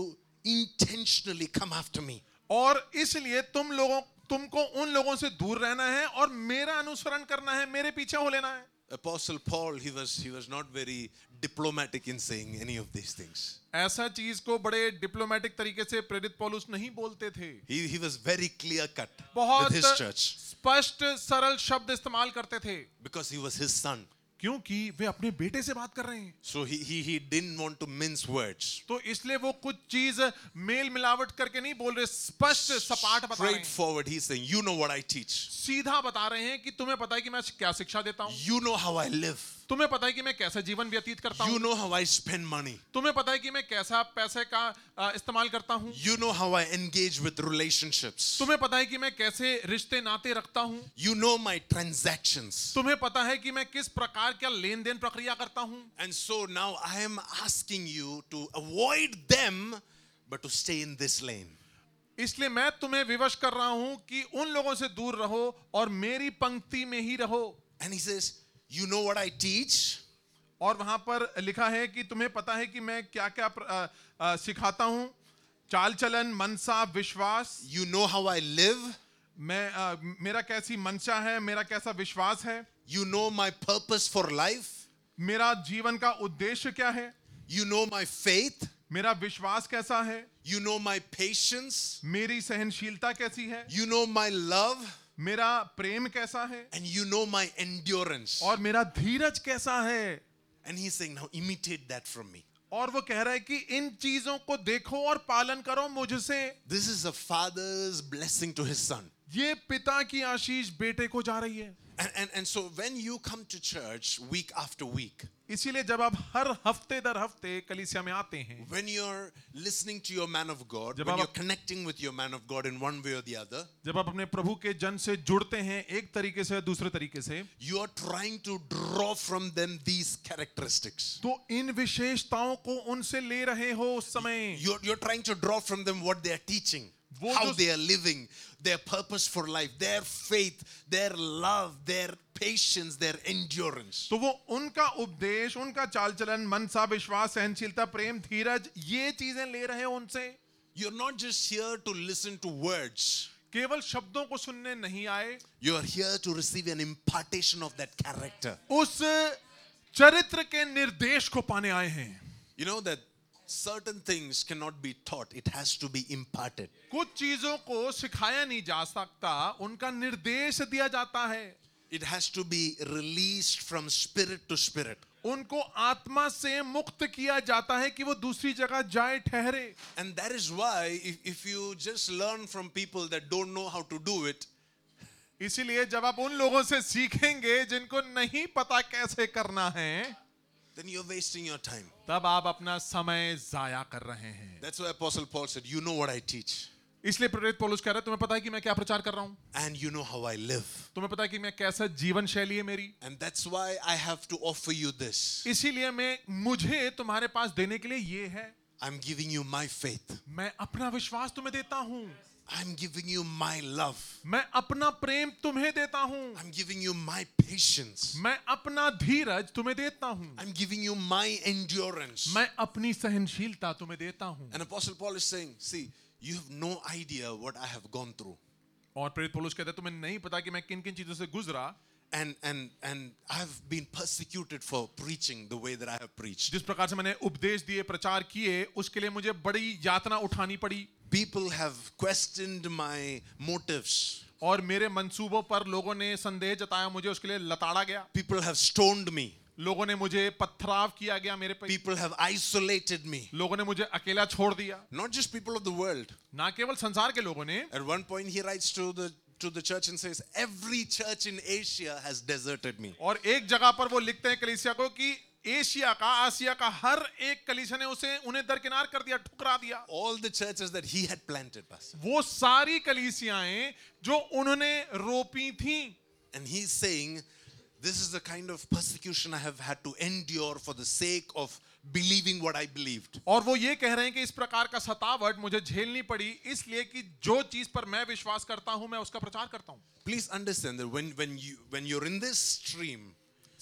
intentionally come after me. और इसलिए तुम लोगों तुमको उन लोगों से दूर रहना है और मेरा अनुसरण करना है मेरे पीछे हो लेना है Apostle Paul, he was, he was not very diplomatic in saying any of these things. ऐसा चीज को बड़े डिप्लोमेटिक तरीके से प्रेरित पौलुस नहीं बोलते थे He, he was very clear cut बहुत with his church स्पष्ट सरल शब्द इस्तेमाल करते थे because he was his son. क्योंकि वे अपने बेटे से बात कर रहे हैं So he, he, he didn't want to mince words. तो इसलिए वो कुछ चीज मेल मिलावट करके नहीं बोल रहे स्पष्ट सपाट बता रहे हैं Straightforward, he's saying, You know what I teach, सीधा बता रहे हैं कि तुम्हें पता है कि मैं क्या शिक्षा देता हूँ you know how I live, तुम्हें पता है कि मैं कैसा जीवन व्यतीत करता you हूँ know how I spend money. तुम्हें पता है कि मैं कैसा पैसे का अ, इस्तेमाल करता हूँ You know how I engage with relationships. तुम्हें पता है कि मैं कैसे रिश्ते नाते रखता हूँ You know my transactions. तुम्हें पता है कि मैं किस प्रकार का लेन देन प्रक्रिया करता हूँ And so now I am asking you to avoid them, but to stay in this lane. इसलिए मैं तुम्हें विवश कर रहा हूँ कि उन लोगों से दूर रहो और मेरी पंक्ति में ही रहो And he says, You know what I teach? और वहां पर लिखा है कि तुम्हें पता है कि मैं क्या क्या सिखाता हूँ चाल चलन मनसा विश्वास You know how I live? मैं अ, मेरा कैसी मंशा है मेरा कैसा विश्वास है You know my purpose for life? मेरा जीवन का उद्देश्य क्या है You know my faith? मेरा विश्वास कैसा है You know my patience? मेरी सहनशीलता कैसी है You know my love? मेरा प्रेम कैसा है And you know my endurance. और मेरा धीरज कैसा है And he's saying, Now imitate that from me. और वो कह रहा है कि इन चीजों को देखो और पालन करो मुझसे This is a father's blessing to his son. ये पिता की आशीष बेटे को जा रही है And, and, and so when you come to church week after week, इसीलिए जब आप हर हफ्ते दर हफ्ते कलिसिया में आते हैं when you're listening to your man of God, जब when आप- you're connecting with your man of God in one way or the other, जब आप अपने प्रभु के जन से जुड़ते हैं एक तरीके से या दूसरे तरीके से you are trying to draw from them these characteristics. तो इन विशेषताओं को उनसे ले रहे हो उस समय You're, you're trying to draw from them what they are teaching, वो how जो- they are living, their purpose for life, their faith, their love, their patience, their endurance. तो वो उनका उपदेश उनका चाल चलन मनसा विश्वास सहनशीलता प्रेम धीरज ये चीजें ले रहे हो उनसे You're not just here to listen to words, केवल शब्दों को सुनने नहीं आए you are here to receive an impartation of that character. उस चरित्र के निर्देश को पाने आए हैं You know that certain things cannot be taught, it has to be imparted. कुछ चीजों को सिखाया नहीं जा सकता उनका निर्देश दिया जाता है It has to be released from spirit to spirit. उनको आत्मा से मुक्त किया जाता है कि वो दूसरी जगह जाए ठहरे And that is why, if, if you just learn from people that don't know how to do it, इसीलिए जब आप उन लोगों से सीखेंगे जिनको नहीं पता कैसे करना है then you're wasting your time. तब आप अपना समय जाया कर रहे हैं That's why Apostle Paul said, You know what I teach, इसलिए प्रेरित पौलुस कह रहा है तुम्हें पता है कि मैं क्या प्रचार कर रहा हूं and you know how I live. तुम्हें पता है कि मैं कैसा जीवन शैली है मेरी And that's why I have to offer you this. इसीलिए मैं मुझे तुम्हारे पास देने के लिए ये है I'm giving you my faith, मैं अपना विश्वास तुम्हें देता हूँ I'm giving you my love, मैं अपना प्रेम तुम्हें देता हूँ I'm giving you my patience, मैं अपना धीरज तुम्हें देता हूँ I'm giving you my endurance. मैं अपनी सहनशीलता तुम्हें देता हूँ And Apostle Paul is saying, See, you have no idea what I have gone through. और प्रेरित पौलुस कहता है तुम्हें नहीं पता कि मैं किन किन चीजों से गुजरा And and and I've been persecuted for preaching the way that I have preached. जिस प्रकार से मैंने उपदेश दिए प्रचार किए उसके लिए मुझे बड़ी यातना उठानी पड़ी People have questioned my motives. और मेरे मंसूबों पर लोगों ने संदेह जताया मुझे उसके लिए लताड़ा गया People have stoned me. लोगों ने मुझे पथराव किया गया मेरे पे People have isolated me. लोगों ने मुझे अकेला छोड़ दिया Not just people of the world. ना केवल संसार के लोगों ने At one point he writes to the to the church and says, Every church in Asia has deserted me. और एक जगह पर वो लिखते हैं कलीसिया को कि एशिया का आसिया का हर एक कलीसिया ने उसे उन्हें दरकिनार कर दिया ठुकरा दिया All the churches that he had planted, Pastor. वो सारी कलीसियाएं जो उन्होंने रोपी थी And he's saying, This is the kind of persecution I have had to endure for the sake of believing what I believed. और वो ये कह रहे हैं कि इस प्रकार का सतावट मुझे झेलनी पड़ी इसलिए कि जो चीज पर मैं विश्वास करता हूं मैं उसका प्रचार करता हूं Please understand that when when you when you're in this stream,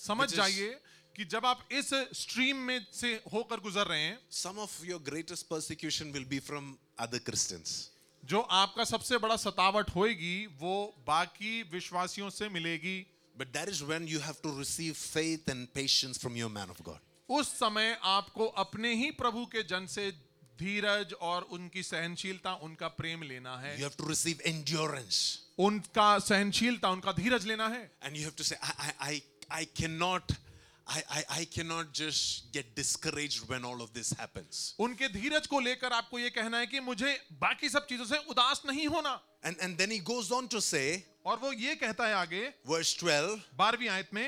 समझ Which is- जाइए कि जब आप इस स्ट्रीम में से होकर गुजर रहे हैं Some of your greatest persecution will be from other Christians. जो आपका सबसे बड़ा सतावट होगी वो बाकी विश्वासियों से मिलेगी But that is when you have to receive faith and patience from your man of God. उस समय आपको अपने ही प्रभु के जन से धीरज और उनकी सहनशीलता उनका प्रेम लेना है You have to receive endurance. उनका सहनशीलता उनका धीरज लेना है And you have to say, I, I, I, I cannot. I, I, I cannot just get discouraged when all of this happens. उनके धीरज को लेकर आपको ये कहना है कि मुझे बाकी सब चीजों से उदास नहीं होना And, and then he goes on to say, और वो ये कहता है आगे verse 12 बारहवीं आयत में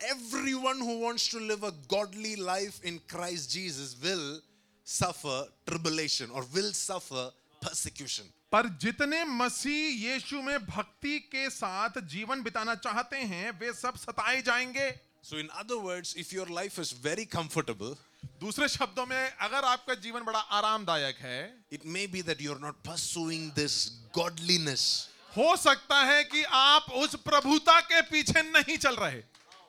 everyone who wants to live a godly life in Christ Jesus will suffer tribulation or will suffer persecution. पर जितने मसीह यीशु में भक्ति के साथ जीवन बिताना चाहते हैं वे सब सताए जाएंगे So, in other words, if your life is very comfortable, दूसरे शब्दों में अगर आपका जीवन बड़ा आरामदायक है it may be that you're not pursuing this godliness हो सकता है कि आप उस प्रभुता के पीछे नहीं चल रहे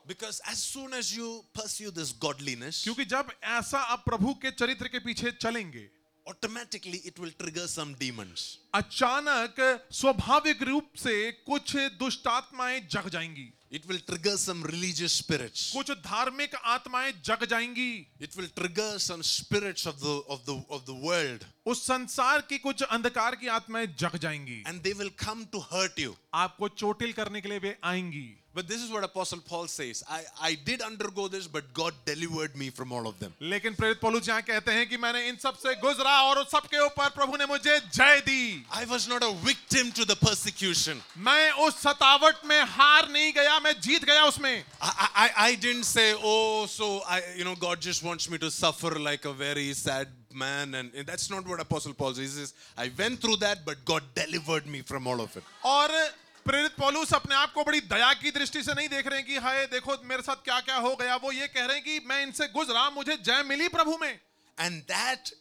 because as soon as you pursue this godliness, क्योंकि जब ऐसा आप प्रभु के चरित्र के पीछे चलेंगे automatically it will trigger some demons. अचानक स्वाभाविक रूप से कुछ दुष्ट आत्माएं जग जाएंगी It will trigger some religious spirits. कुछ धार्मिक आत्माएं जग जाएंगी It will trigger some spirits of the of the of the world उस संसार की कुछ अंधकार की आत्माएं जग जाएंगी and they will come to hurt you. आपको चोटिल करने के लिए वे आएंगी But this is what Apostle Paul says. I, I did undergo this, but God delivered me from all of them. लेकिन प्रेरित पौलुस यहाँ कहते हैं कि मैंने इन सब से गुजरा और उस सब के ऊपर प्रभु ने मुझे जय दी I was not a victim to the persecution. मैं उस सतावट में हार नहीं गया मैं जीत गया उसमें I, I, I- I didn't say, oh, so I, you know, God just wants me to suffer like a very sad man. And and that's not what Apostle Paul says. He says, I went through that, but God delivered me from all of it. और प्रेरित पौलुस अपने आप को बड़ी दया की दृष्टि से नहीं देख रहे हैं कि हाय देखो मेरे साथ क्या क्या हो गया वो ये कह रहे हैं कि मैं इनसे गुजरा मुझे जय मिली प्रभु में And that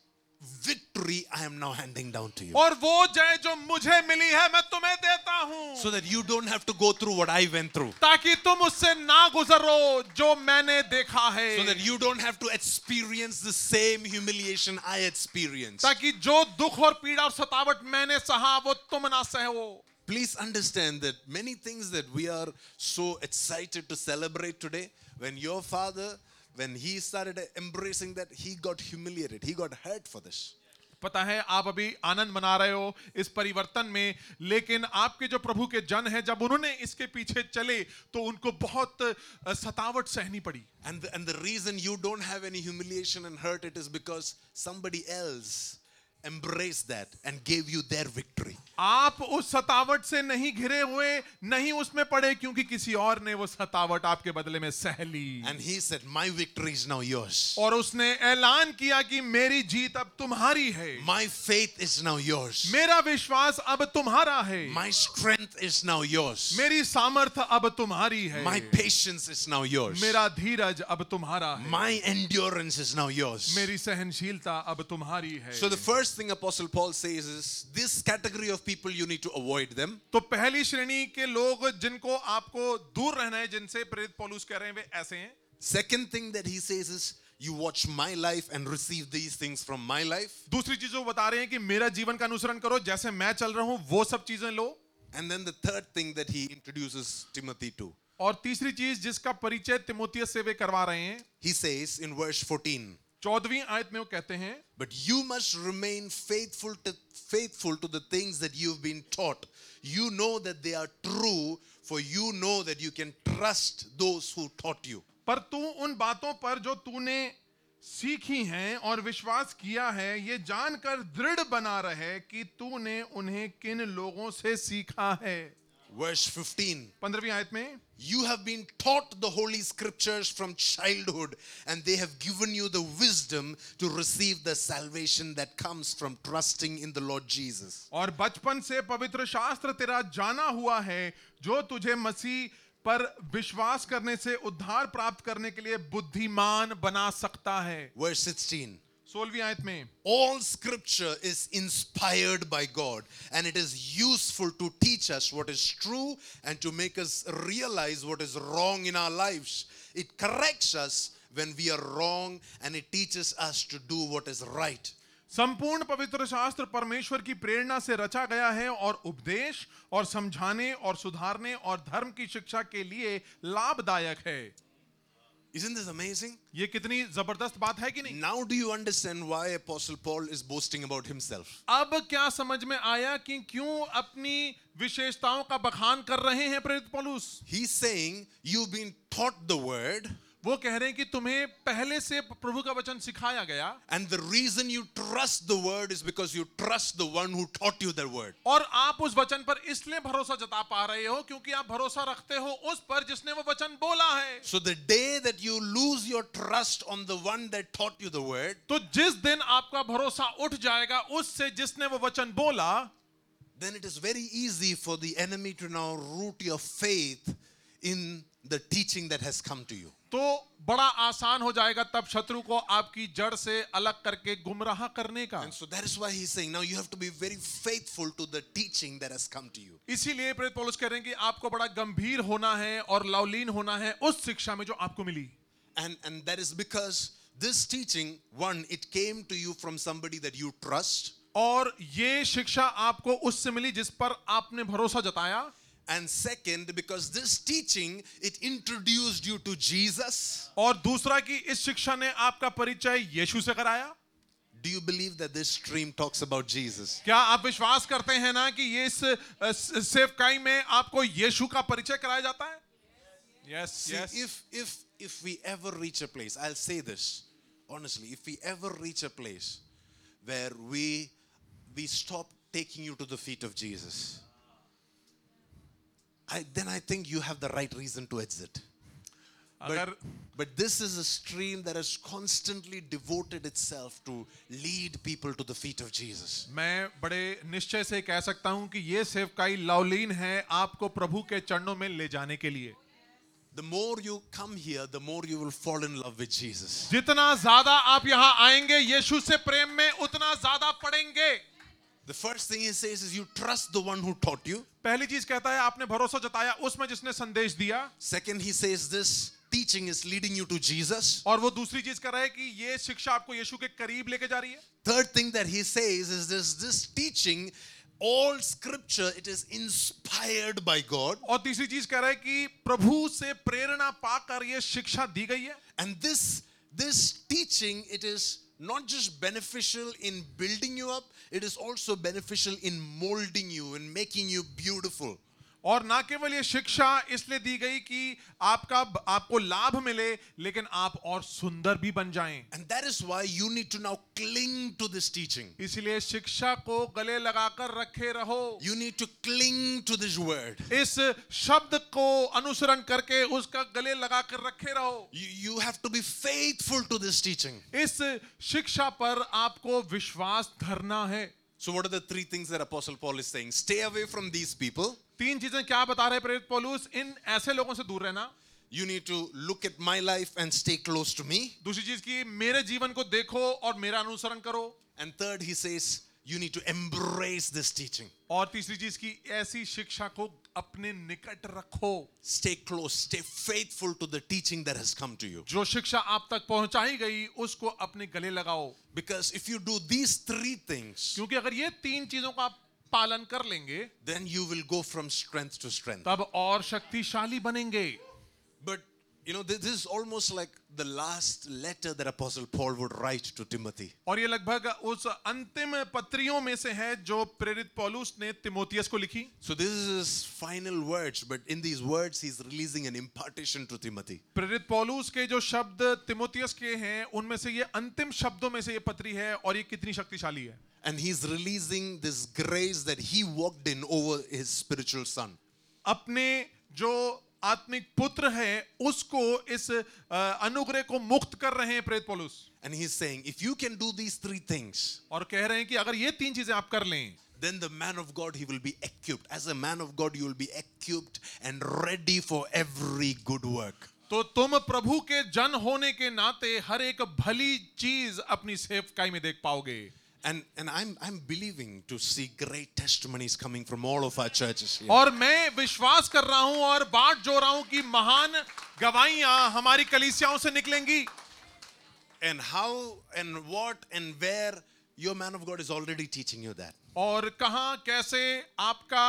victory I am now handing down to you. और वो जय जो मुझे मिली है मैं तुम्हें देता हूँ So that you don't have to go through what I went through. ताकि तुम उससे ना गुजरो जो मैंने देखा है So that you don't have to experience the same humiliation I experienced. ताकि जो दुख और पीड़ा और सतावट मैंने सहा वो तुम ना सहो Please understand that many things that we are so excited to celebrate today, when your father, when he started embracing that, he got humiliated. He got hurt for this. पता है आप अभी आनंद मना रहे हो इस परिवर्तन में लेकिन आपके जो प्रभु के जन हैं जब उन्होंने इसके पीछे चले तो उनको बहुत अ, सतावट सहनी पड़ी And the, and the reason you don't have any humiliation and hurt it is because somebody else embraced that and gave you their victory. आप उस सतावट से नहीं घिरे हुए नहीं उसमें पड़े क्योंकि किसी और ने वो सतावट आपके बदले में सह ली And he said, My victory is now yours. और उसने ऐलान किया कि मेरी जीत अब तुम्हारी है My faith is now yours. मेरा विश्वास अब तुम्हारा है My strength is now yours. मेरी सामर्थ अब तुम्हारी है My patience is now yours. मेरा धीरज अब तुम्हारा है My endurance is now yours. मेरी सहनशीलता अब तुम्हारी है So the first thing Apostle Paul says is this category of people you need to avoid them. तो पहली श्रेणी के लोग जिनको आपको दूर रहना है जिनसे प्रेरित पौलुस कह रहे हैं वे ऐसे हैं Second thing that he says is you watch my life and receive these things from my life. दूसरी चीज वो बता रहे हैं कि मेरा जीवन का अनुसरण करो जैसे मैं चल रहा हूं वो सब चीजें लो And then the third thing that he introduces Timothy to. और तीसरी चीज जिसका परिचय तिमोथियस से वे करवा रहे हैं He says in verse 14, चौदहवीं आयत में वो कहते हैं but you must remain faithful to faithful to the things that you've been taught. You know that they are true, for you know that you can trust those who taught you. पर तू उन बातों पर जो तूने सीखी हैं और विश्वास किया है ये जानकर दृढ़ बना रहे कि तूने उन्हें किन लोगों से सीखा है Verse 15. पंद्रहवीं आयत में You have been taught the holy scriptures from childhood, and they have given you the wisdom to receive the salvation that comes from trusting in the Lord Jesus. और बचपन से पवित्र शास्त्र तेरा जाना हुआ है जो तुझे मसीह पर विश्वास करने से उद्धार प्राप्त करने के लिए बुद्धिमान बना सकता है Verse 16 सोलहवीं आयत में All scripture is inspired by God, and it is useful to teach us what is true and to make us realize what is wrong in our lives. It corrects us when we are wrong and it teaches us to do what is right. संपूर्ण पवित्र शास्त्र परमेश्वर की प्रेरणा से रचा गया है और उपदेश और समझाने और सुधारने और धर्म की शिक्षा के लिए लाभदायक है Isn't this amazing? ये कितनी जबरदस्त बात है कि नहीं Now do you understand why Apostle Paul is boasting about himself? अब क्या समझ में आया कि क्यों अपनी विशेषताओं का बखान कर रहे हैं प्रेरित पौलुस He's saying you've been taught the word वो कह रहे हैं कि तुम्हें पहले से प्रभु का वचन सिखाया गया and the reason you trust the word is because you trust the one who taught you that word. और आप उस वचन पर इसलिए भरोसा जता पा रहे हो क्योंकि आप भरोसा रखते हो उस पर जिसने वो वचन बोला है So the day that you lose your trust on the one that taught you the word, तो जिस दिन आपका भरोसा उठ जाएगा उससे जिसने वो वचन बोला then it is very easy for the enemy to now root your faith in the teaching that has come to you. तो बड़ा आसान हो जाएगा तब शत्रु को आपकी जड़ से अलग करके गुमराह करने का And so that is why he's saying now you have to be very faithful to the teaching that has come to you. इसीलिए प्रेरित पौलुस कह रहे हैं कि आपको बड़ा गंभीर होना है और लावलीन होना है उस शिक्षा में जो आपको मिली And and that is because this teaching one it came to you from somebody that you trust और ये शिक्षा आपको उससे मिली जिस पर आपने भरोसा जताया and second because this teaching it introduced you to Jesus. और दूसरा कि इस शिक्षा ने आपका परिचय यीशु से कराया Do you believe that this stream talks about Jesus? क्या आप विश्वास करते हैं ना कि ये इस अ, स- सेवकाई में आपको यीशु का परिचय कराया जाता है yes See, if if if we ever reach a place, I'll say this honestly, if we ever reach a place where we we stop taking you to the feet of Jesus, I, then I think you have the right reason to exit. अगर But this is a stream that has constantly devoted itself to lead people to the feet of Jesus. मैं बड़े निश्चय से कह सकता हूं कि ये सेवकाई लावलीन है आपको प्रभु के चरणों में ले जाने के लिए The more you come here, the more you will fall in love with Jesus. जितना ज्यादा आप यहाँ आएंगे यीशु से प्रेम में उतना ज्यादा पढ़ेंगे The first thing he says is you trust the one who taught you. पहली चीज कहता है आपने भरोसा जताया उसमें जिसने संदेश दिया Second, he says this teaching is leading you to Jesus. और वो दूसरी चीज कर रहा है कि ये शिक्षा आपको यीशु के करीब लेके जा रही है Third thing that he says is this this teaching, all scripture, it is inspired by God. और तीसरी चीज कह रहा है कि प्रभु से प्रेरणा पाकर ये शिक्षा दी गई है And this this teaching it is not just beneficial in building you up, it is also beneficial in molding you and making you beautiful. और ना केवल ये शिक्षा इसलिए दी गई कि आपका आपको लाभ मिले लेकिन आप और सुंदर भी बन जाएं And that is why you need to now cling to this teaching. इसलिए शिक्षा को गले लगाकर रखे रहो You need to cling to this word. इस शब्द को अनुसरण करके उसका गले लगाकर रखे रहो You, you have to be faithful to this teaching. इस शिक्षा पर आपको विश्वास धरना है So, what are the three things that Apostle Paul is saying? Stay away from these people. तीन चीजें क्या बता रहे हैं प्रेरित पौलुस इन ऐसे लोगों से दूर रहना You need to look at my life and stay close to me. दूसरी चीज की मेरे जीवन को देखो और मेरा अनुसरण करो And third, he says, you need to embrace this teaching. और तीसरी चीज की ऐसी शिक्षा को अपने निकट रखो stay close stay faithful to the teaching that has come to you जो शिक्षा आप तक पहुंचाई गई उसको अपने गले लगाओ because if you do these three things क्योंकि अगर ये तीन चीजों का आप पालन कर लेंगे then you will go from strength to strength तब और शक्तिशाली बनेंगे but you know this this is almost like the last letter that apostle paul would write to timothy और ये लगभग उस अंतिम पत्रियों में से है जो प्रेरित पौलुस ने तिमोथियस को लिखी so this is his final words but in these words he's releasing an impartation to timothy प्रेरित पौलुस के जो शब्द तिमोथियस के हैं उनमें से ये अंतिम शब्दों में से ये पत्री है और ये कितनी शक्तिशाली है and he's releasing this grace that he walked in over his spiritual son अपने जो आत्मिक पुत्र है उसको इस अ, अनुग्रह को मुक्त कर रहे हैं प्रेत पौलुस and he's saying if you can do these three things और कह रहे हैं कि अगर ये तीन चीजें आप कर लें then the man of God, he will be equipped. As a man of God, you will be equipped and ready for every good work. तो तुम प्रभु के जन होने के नाते हर एक भली चीज अपनी सेवकाई में देख पाओगे And, and I'm, I'm believing to see great testimonies coming from all of our churches here. और मैं विश्वास कर रहा हूं और बाट जो रहा हूं कि महान गवाहियां हमारी कलीसियाओं से निकलेंगी And how and what and where your man of God is already teaching you that. और कहां कैसे आपका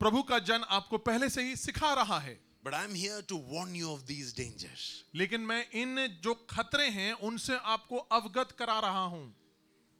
प्रभु का जन आपको पहले से ही सिखा रहा है But I'm here to warn you of these dangers. लेकिन मैं इन जो खतरे हैं उनसे आपको अवगत करा रहा हूं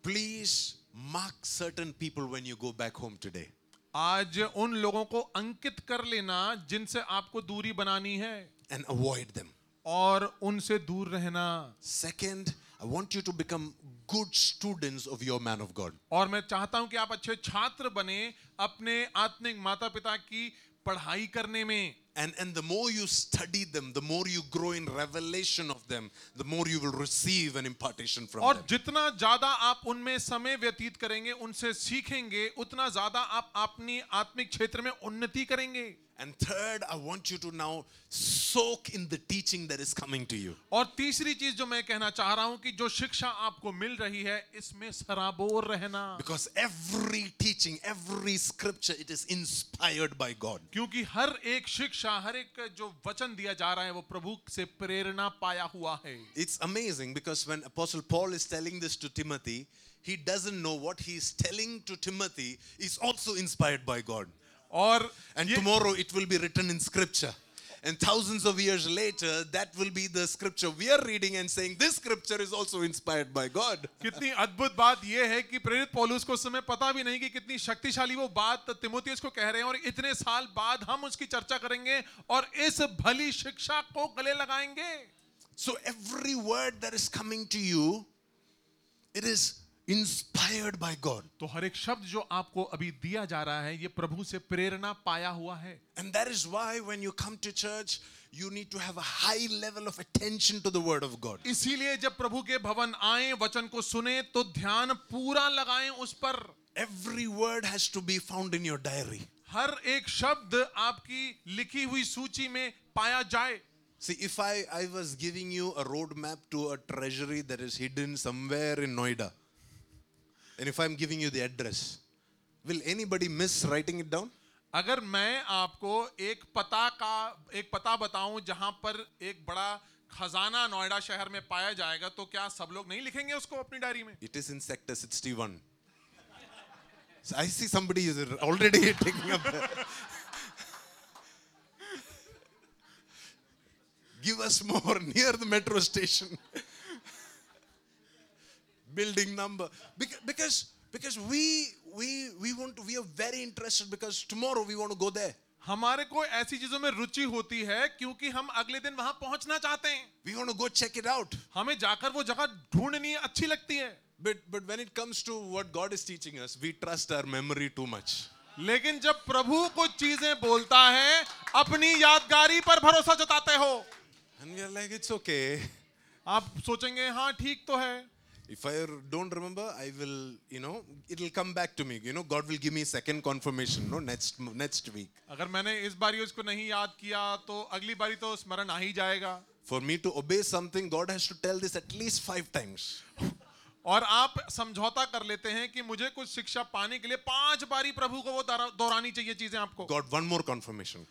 Please mark certain people when you go back home today. आज उन लोगों को अंकित कर लेना जिनसे आपको दूरी बनानी है and avoid them. और उनसे दूर रहना Second, I want you to become good students of your man of God. और मैं चाहता हूं कि आप अच्छे छात्र बने अपने आत्मिक माता पिता की पढ़ाई करने में And, and the more you study them, the more you grow in revelation of them, the more you will receive an impartation from और them. जितना ज्यादा आप उनमें समय व्यतीत करेंगे उनसे सीखेंगे उतना ज्यादा आप अपनी आत्मिक क्षेत्र में उन्नति करेंगे And third, I want you to now soak in the teaching that is coming to you. और तीसरी चीज जो मैं कहना चाह रहा हूं कि जो शिक्षा आपको मिल रही है इसमें सराबोर रहना Because every teaching, every scripture, it is inspired by God. क्योंकि हर एक शिक्षा हर एक जो वचन दिया जा रहा है वो प्रभु से प्रेरणा पाया हुआ है It's amazing because when Apostle Paul is telling this to Timothy, he doesn't know what he is telling to Timothy is also inspired by God. और And ये- tomorrow it will be written in scripture. And thousands of years later, that will be the scripture we are reading and saying, This scripture is also inspired by God. कितनी अद्भुत बात यह है कि प्रेरित पौलुस को उस समय पता भी नहीं कि कितनी शक्तिशाली वो बात तिमोथियस को कह रहे हैं और इतने साल बाद हम उसकी चर्चा करेंगे और इस भली शिक्षा को गले लगाएंगे So every word that is coming to you, it is inspired by God. तो हर एक शब्द जो आपको अभी दिया जा रहा है ये प्रभु से प्रेरणा पाया हुआ है And that is why when you come to church, you need to have a high level of attention to the word of God. इसीलिए जब प्रभु के भवन आए वचन को सुने तो ध्यान पूरा लगाएं उस पर Every word has to be found in your diary. हर एक शब्द आपकी लिखी हुई सूची में पाया जाए See, if I, I was giving you a roadmap to a treasury that is hidden somewhere in Noida, and if I'm giving you the address, will anybody miss writing it down? अगर मैं आपको एक पता का एक पता बताऊं जहां पर एक बड़ा खजाना नोएडा शहर में पाया जाएगा तो क्या सब लोग नहीं लिखेंगे उसको अपनी डायरी में It is in Sector 61. So I see somebody is already taking up. Give us more near the metro station. Building number. Because, because, because we, we, we want to, we are very interested because tomorrow we want to go there. हमारे को ऐसी चीजों में रुचि होती है क्योंकि हम अगले दिन वहां पहुंचना चाहते हैं We want to go check it out. हमें जाकर वो जगह ढूंढनी अच्छी लगती है But, but when it comes to what God is teaching us, we trust our memory too much. लेकिन जब प्रभु कुछ चीजें बोलता है अपनी यादगारी पर भरोसा जताते हो And we are like, it's okay. आप सोचेंगे हाँ ठीक तो है If I don't remember, I will, you know, it'll come back to me. You know, God will give me second confirmation, no, next next week. अगर मैंने इस बारी उसको नहीं याद किया तो अगली बारी तो स्मरण आ ही जाएगा For me to obey something, God has to tell this at least five times. और आप समझौता कर लेते हैं कि मुझे कुछ शिक्षा पाने के लिए पांच बारी प्रभु को वो दोहरा- दोहरानी चाहिए चीजें आपको God, one more confirmation.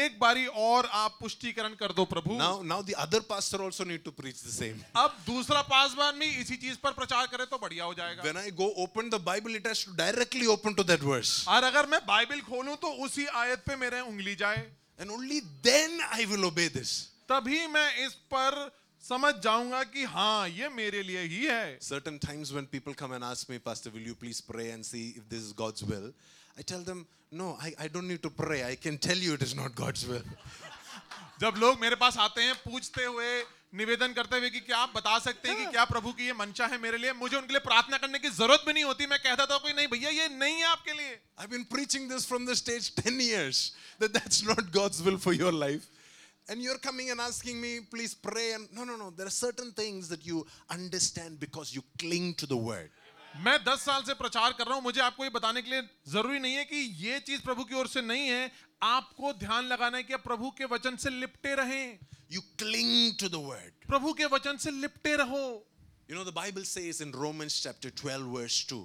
एक बारी और आप पुष्टिकरण कर दो प्रभु Now, now the other pastor also need to preach the same. अब दूसरा पासवान भी इसी चीज पर प्रचार करे तो बढ़िया हो जाएगा When I go open the Bible, it has to directly open to that verse, और अगर मैं बाइबल खोलूं तो उसी आयत पे मेरे उंगली जाए and only then I will obey this. तभी मैं इस पर समझ जाऊंगा कि हाँ ये मेरे लिए ही है Certain times when people come and ask me, Pastor, will you please pray and see if this is God's will? I tell them, no, I, I don't need to pray. I can tell you it is not God's will. जब लोग मेरे पास आते हैं पूछते हुए निवेदन करते हुए कि क्या आप बता सकते हैं कि क्या प्रभु की ये मंशा है मेरे लिए मुझे उनके लिए प्रार्थना करने की जरूरत भी नहीं होती मैं कहता था कोई नहीं भैया ये नहीं है आपके लिए I've been preaching this from the stage 10 years that that's not God's will for your life. And you're coming and asking me, please pray. And no, no, no. There are certain things that you understand because you cling to the word. मैं दस साल से प्रचार कर रहा हूं मुझे आपको ये बताने के लिए जरूरी नहीं है कि ये चीज प्रभु की ओर से नहीं है आपको ध्यान लगाना है कि आप प्रभु के वचन से लिपटे रहें You cling to the word. प्रभु के वचन से लिपटे रहो You know, the Bible says in Romans chapter 12, verse 2,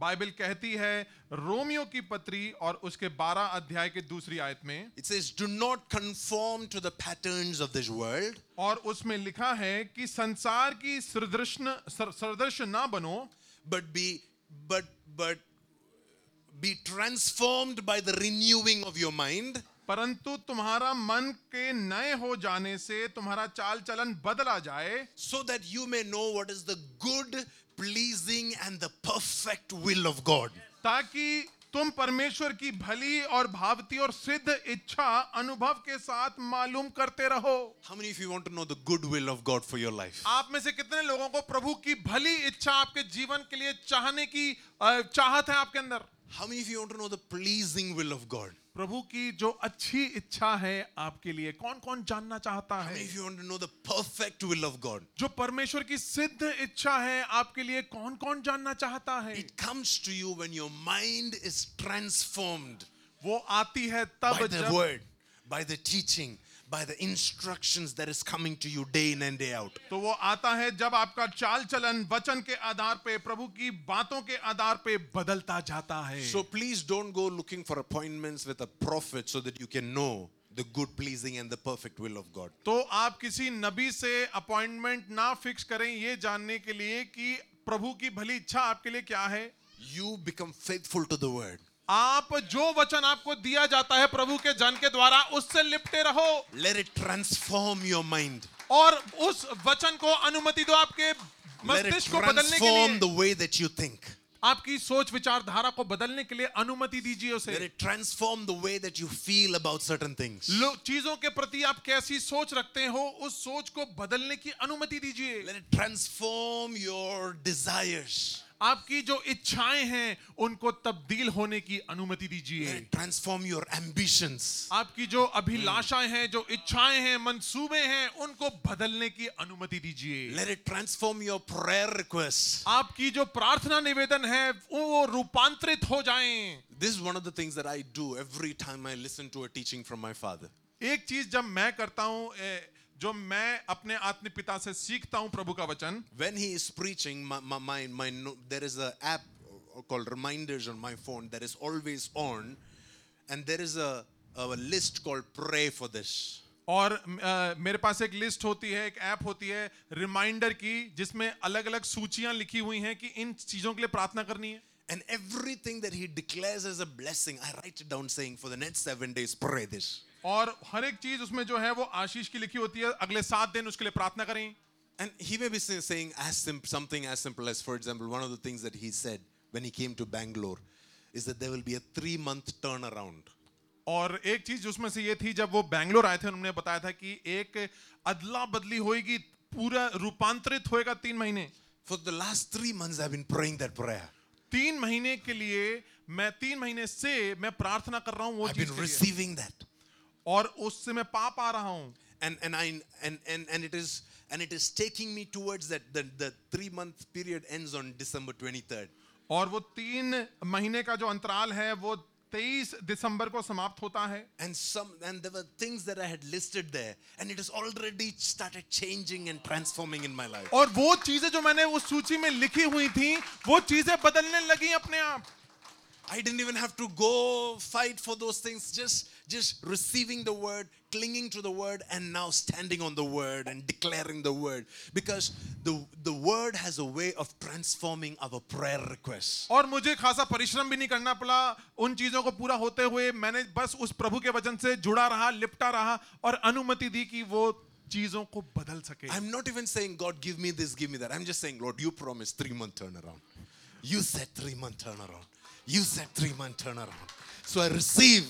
Bible कहती है रोमियो की पत्री और उसके 12 अध्याय के दूसरी आयत में it says, Do not conform to the patterns of this world, और उसमें लिखा है कि संसार की सदृश सदृश ना बनो but be, but, but, be transformed by the renewing of your mind परंतु तुम्हारा मन के नए हो जाने से तुम्हारा चाल चलन बदला जाए so that you may know what is the good pleasing and the perfect will of god ताकि तुम परमेश्वर की भली और भावती और सिद्ध इच्छा अनुभव के साथ मालूम करते रहो how many of you want to know the good will of god for your life आप में से कितने लोगों को प्रभु की भली इच्छा आपके जीवन के लिए चाहने की अ, चाहत है आपके अंदर how many of you want to know the pleasing will of god प्रभु की जो अच्छी इच्छा है आपके लिए कौन कौन जानना चाहता how many है of you want to know the perfect will of god जो परमेश्वर की सिद्ध इच्छा है आपके लिए कौन कौन जानना चाहता है it comes to you when your mind is transformed वो आती है by तब the जब word by the teaching by the instructions that is coming to you day in and day out तो वो आता है जब आपका चाल चलन वचन के आधार पे प्रभु की बातों के आधार पे बदलता जाता है so please don't go looking for appointments with a prophet so that you can know the good pleasing and the perfect will of god तो आप किसी नबी से अपॉइंटमेंट ना फिक्स करें ये जानने के लिए कि प्रभु की भली इच्छा आपके लिए क्या है you become faithful to the word आप जो वचन आपको दिया जाता है प्रभु के जन के द्वारा उससे लिपटे रहो let it transform your mind और उस वचन को अनुमति दो आपके let it मस्तिष्क को बदलने के transform लिए the way that you think आपकी सोच विचारधारा को बदलने के लिए अनुमति दीजिए let उसे it transform the way that you feel about certain things लो- चीजों के प्रति आप कैसी सोच रखते हो उस सोच को बदलने की अनुमति दीजिए let it transform your desires आपकी जो इच्छाएं हैं उनको तब्दील होने की अनुमति let दीजिए it transform your ambitions आपकी जो अभिलाषाएं हैं जो इच्छाएं हैं मंसूबे हैं उनको बदलने की अनुमति दीजिए let it transform your prayer requests आपकी जो प्रार्थना निवेदन है वो रूपांतरित हो जाएं this is one of the things that i do every time i listen to a teaching from my father एक चीज जब मैं करता हूं ए, जो मैं अपने आत्मिक पिता से सीखता हूं प्रभु का वचन when he is preaching my, my, my, my no- there is an app called reminders on my phone that is always on and there is a, a list called pray for this और अ, मेरे पास एक list होती है एक app होती है reminder की जिसमें अलग अलग सूचियां लिखी हुई हैं कि इन चीजों के लिए प्रार्थना करनी है and everything that he declares as a blessing i write it down saying for the next seven days pray this और हर एक चीज उसमें जो है वो आशीष की लिखी होती है अगले सात दिन उसके लिए प्रार्थना करें and he may be say- saying as sim- something as simple as for example one of the things that he said when he came to bangalore is that there will be a three month turnaround और एक चीज उसमें से ये थी जब वो बैंगलोर आए थे उन्होंने बताया था कि एक अदला बदली होएगी पूरा रूपांतरित होएगा तीन महीने for the last three months i've been praying that prayer तीन महीने के लिए मैं तीन महीने से मैं प्रार्थना कर रहा हूँ वो i've चीज been के लिए। receiving that और उससे मैं पा पा रहा हूँ and and i and and, and it is and it is taking me towards that the, the three month period ends on december 23rd और वो तीन महीने का जो अंतराल है वो तेईस दिसंबर को समाप्त होता है and some and there were things that i had listed there and it has already started changing and transforming in my life और वो चीजें जो मैंने उस सूची में लिखी हुई थी वो चीजें बदलने लगी अपने आप i didn't even have to go fight for those things just just receiving the word clinging to the word and now standing on the word and declaring the word because the the word has a way of transforming our prayer requests और मुझे खासा परिश्रम भी नहीं करना पड़ा उन चीजों को पूरा होते हुए मैंने बस उस प्रभु के वचन से जुड़ा रहा लिपटा रहा और अनुमति दी कि वो चीजों को बदल सके I'm not even saying, God, give me this, give me that. I'm just saying, Lord, you promised three month turnaround. You said three month turnaround. You said three month turnaround. So I receive.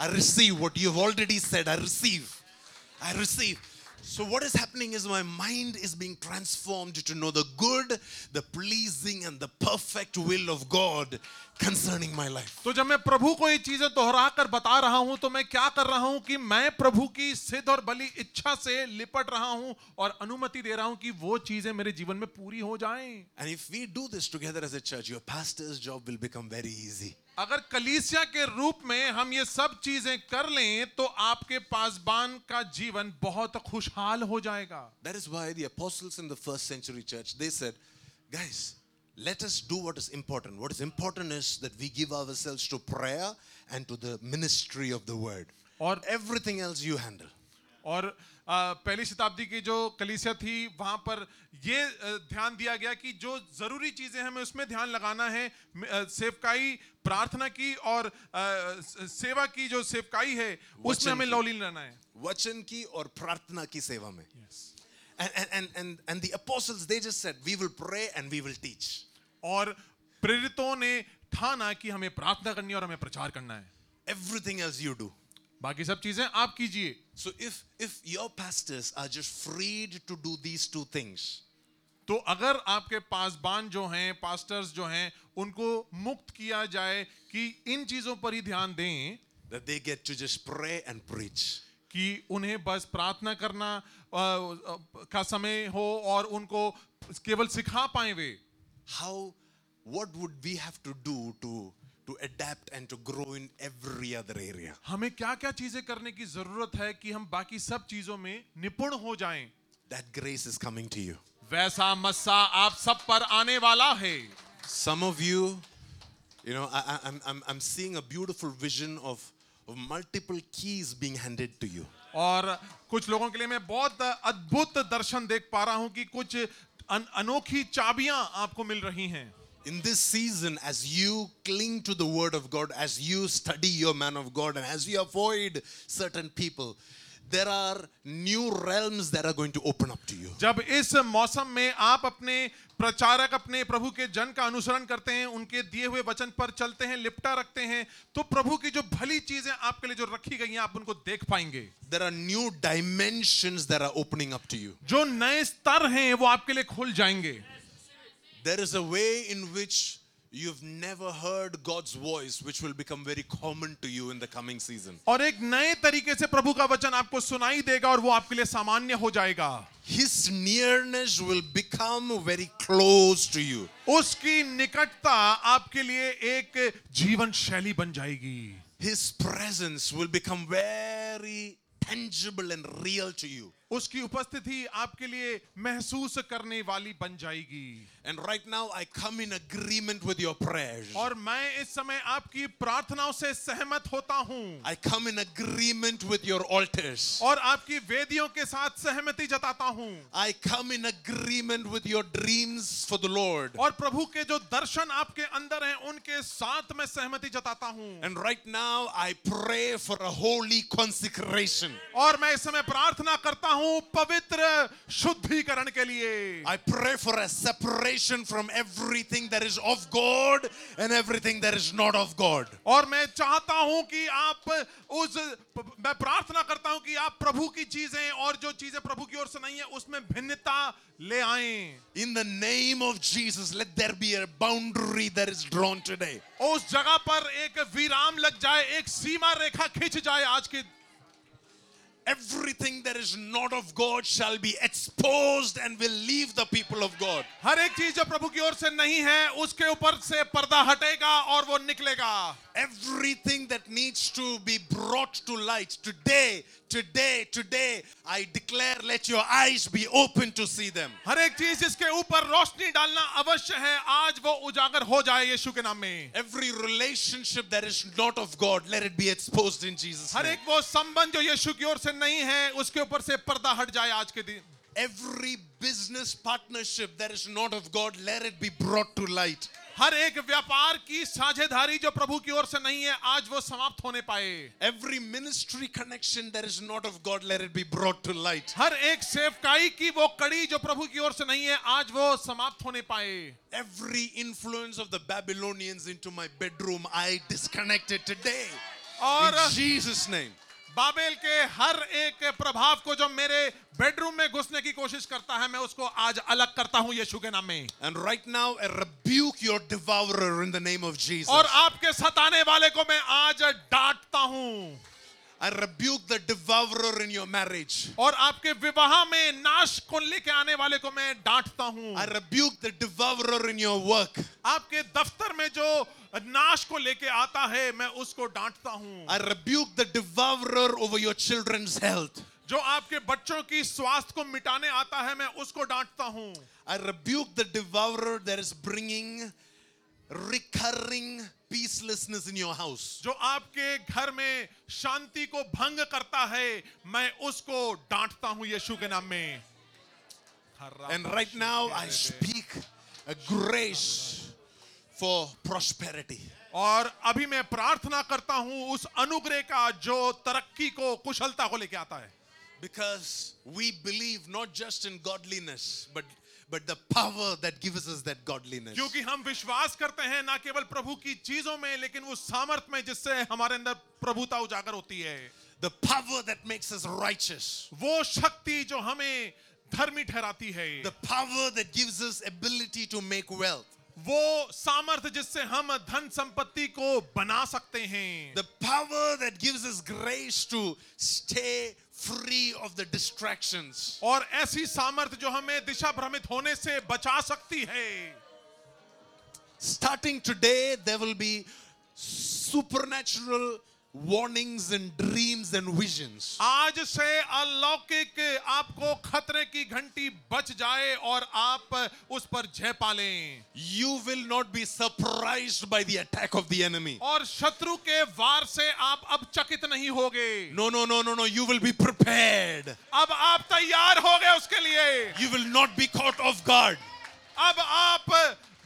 I receive what you've already said. I receive. I receive. So what is happening is my mind is being transformed to know the good, the pleasing, and the perfect will of God concerning my life. तो जब मैं प्रभु को ये चीजें दोहरा कर बता रहा हूं तो मैं क्या कर रहा हूं कि मैं प्रभु की सिद्ध और बली इच्छा से लिपट रहा हूं और अनुमति दे रहा हूं कि वो चीजें मेरे जीवन में पूरी हो जाएं And if we do this together as a church, your pastor's job will become very easy. अगर कलीसिया के रूप में हम ये सब चीजें कर लें तो आपके पासबान का जीवन बहुत खुशहाल हो जाएगा That is why the apostles in the first century church they said, guys, let us do what is important. What is important is that we give ourselves to prayer and to the ministry of the word. और Everything else you handle. और आ, पहली शताब्दी की जो कलीसिया थी वहां पर ये आ, ध्यान दिया गया कि जो जरूरी चीजें हमें उसमें ध्यान लगाना है म- आ, सेवकाई प्रार्थना की और आ, स- सेवा की जो सेवकाई है उसमें वचन हमें की। लौलीन रहना है वचन की और प्रार्थना की सेवा में and, and, and, and, and the apostles they just said we will pray and we will teach और प्रेरितों ने ठाना कि हमें प्रार्थना करनी है और हमें प्रचार करना है everything else you do बाकी सब चीजें आप कीजिए so if if your pastors are just freed to do these two things तो अगर आपके पासबान जो हैं पास्टर्स जो हैं उनको मुक्त किया जाए कि इन चीजों पर ही ध्यान दें that they get to just pray and preach कि उन्हें बस प्रार्थना करना अ, अ, का समय हो और उनको केवल सिखा पाए वे how what would we have to do to to adapt and to grow in every other area हमें क्या क्या चीजें करने की जरूरत है कि हम बाकी सब चीजों में निपुण हो जाएं that grace is coming to you वैसा मस्सा आप सब पर आने वाला है some of you you know I, I, I'm, I'm i'm seeing a beautiful vision of of multiple keys being handed to you और कुछ लोगों के लिए मैं बहुत अद्भुत दर्शन देख पा रहा हूं कि कुछ अन, अनोखी चाबियां आपको मिल रही हैं In this season, as you cling to the Word of God, as you study your man of God, and as you avoid certain people, there are new realms that are going to open up to you. जब इस मौसम में आप अपने प्रचारक अपने प्रभु के जन का अनुसरण करते हैं उनके दिए हुए वचन पर चलते हैं लिपटा रखते हैं तो प्रभु की जो भली चीजें आपके लिए जो रखी गई हैं आप उनको देख पाएंगे There are new dimensions that are opening up to you. जो नए स्तर हैं वो आपके लिए खुल जाएंगे There is a way in which you've never heard God's voice, which will become very common to you in the coming season. और एक नए तरीके से प्रभु का वचन आपको सुनाई देगा और वो आपके लिए सामान्य हो जाएगा His nearness will become very close to you. उसकी निकटता आपके लिए एक जीवन शैली बन जाएगी His presence will become very tangible and real to you. उसकी उपस्थिति आपके लिए महसूस करने वाली बन जाएगी And right now, I come in agreement with your prayers. और मैं इस समय आपकी प्रार्थनाओं से सहमत होता हूं I come in agreement with your altars. और आपकी वेदियों के साथ सहमति जताता हूं I come in agreement with your dreams for the Lord. और प्रभु के जो दर्शन आपके अंदर हैं उनके साथ मैं सहमति जताता हूं And right now, I pray for a holy consecration. और मैं इस समय प्रार्थना करता हूं पवित्र शुद्धिकरण के लिए I pray for a separation from everything that is of God and everything that is not of God. और मैं चाहता हूं कि आप उस मैं प्रार्थना करता हूं कि आप प्रभु की चीजें और जो चीजें प्रभु की ओर से नहीं है उसमें भिन्नता ले आएं In the name of Jesus, let there be a boundary that is drawn today. उस जगह पर एक विराम लग जाए एक सीमा रेखा खींच जाए आज के Everything that is not of God shall be exposed and will leave the people of God. हर एक चीज जो प्रभु की ओर से नहीं है उसके ऊपर से पर्दा हटेगा और वो निकलेगा Everything that needs to be brought to light today, today, today, I declare, let your eyes be open to see them. हर एक चीज इसके ऊपर रोशनी डालना अवश्य है आज वो उजागर हो जाए यीशु के नाम में Every relationship that is not of God, let it be exposed in Jesus' हर name. एक वो संबंध जो यीशु की ओर से नहीं है उसके ऊपर से पर्दा हट जाए आज के दिन Every business partnership that is not of God, let it be brought to light. हर एक व्यापार की साझेदारी जो प्रभु की ओर से नहीं है आज वो समाप्त होने पाए Every ministry connection that is not of God, let it be brought to light. हर एक सेवकाई की वो कड़ी जो प्रभु की ओर से नहीं है आज वो समाप्त होने पाए Every influence of the Babylonians into my bedroom, I disconnect it today. और in Jesus' name. बाबेल के हर एक प्रभाव को जो मेरे बेडरूम में घुसने की कोशिश करता है मैं उसको आज अलग करता हूं यीशु के नाम में And right now, I rebuke your devourer in the name of Jesus. और आपके सताने वाले को मैं आज डांटता हूं I rebuke the devourer in your marriage. और आपके विवाह में नाश को लेके आने वाले को मैं डांटता हूं I rebuke the devourer in your work. आपके दफ्तर में जो नाश को लेके आता है मैं उसको डांटता हूं I rebuke the devourer over your children's health. जो आपके बच्चों की स्वास्थ्य को मिटाने आता है मैं उसको डांटता हूं I rebuke the devourer that is bringing recurring peacelessness in your house. जो आपके घर में शांति को भंग करता है मैं उसको डांटता हूं यीशु के नाम में And right now, I speak a grace for prosperity. और अभी मैं प्रार्थना करता हूं उस अनुग्रह का जो तरक्की को कुशलता को लेके आता है Because we believe not just in godliness, but, but the power that gives us that godliness. क्योंकि हम विश्वास करते हैं ना केवल प्रभु की चीजों में लेकिन उस सामर्थ में जिससे हमारे अंदर प्रभुता उजागर होती है The power that makes us righteous. वो शक्ति जो हमें धर्मी ठहराती है The power that gives us ability to make wealth. वो सामर्थ जिससे हम धन संपत्ति को बना सकते हैं The power that gives us grace to stay free of the distractions. और ऐसी सामर्थ जो हमें दिशा भ्रमित होने से बचा सकती है Starting today, there will be supernatural warnings and dreams and visions. आज से अलौकिक आपको खतरे की घंटी बच जाए और आप उस पर जय पालें You will not be surprised by the attack of the enemy. और शत्रु के वार से आप अब चकित नहीं होगे No, no, no, no, no. You will be prepared. अब आप तैयार हो गए उसके लिए You will not be caught off guard. अब आप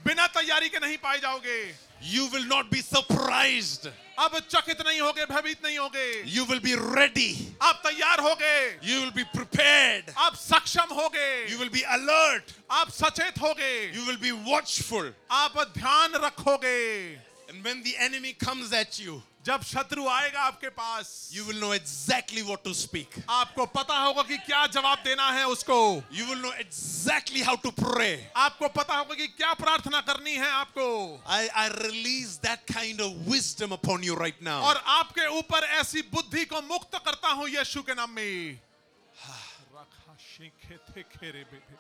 बिना तैयारी के नहीं पाए जाओगे You will not be surprised. अब चकित नहीं होगे भयभीत नहीं होगे You will be ready. आप तैयार हो गए You will be prepared. आप सक्षम हो गए You will be alert. आप सचेत हो गए You will be watchful. आप ध्यान रखोगे And when the enemy comes at you, जब शत्रु आएगा आपके पास you will know exactly what to speak. आपको पता होगा कि क्या जवाब देना है उसको You will know exactly how to pray. आपको पता होगा कि क्या प्रार्थना करनी है आपको I, I release that kind of wisdom upon you right now. और आपके ऊपर ऐसी बुद्धि को मुक्त करता हूं यीशु के नाम में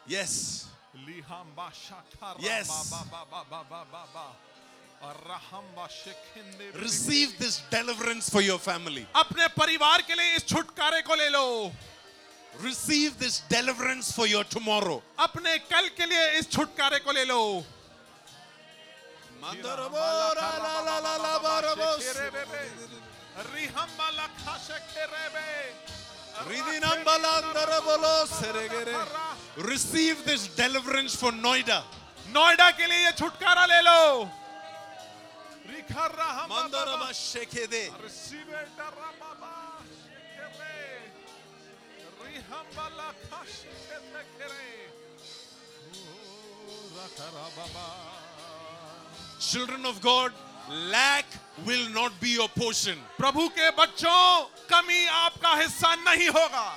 yes. Yes. yes Receive this deliverance for your family. अपने परिवार के लिए इस छुटकारे को ले लो Receive this deliverance for your tomorrow. अपने कल के लिए इस छुटकारे को ले लो Receive this deliverance for Noida. Noida के लिए ये छुटकारा ले लो रिखा रहा Mandaraba Shekede. Children of God, lack will not be your portion. प्रभु के बच्चों कमी आपका हिस्सा नहीं होगा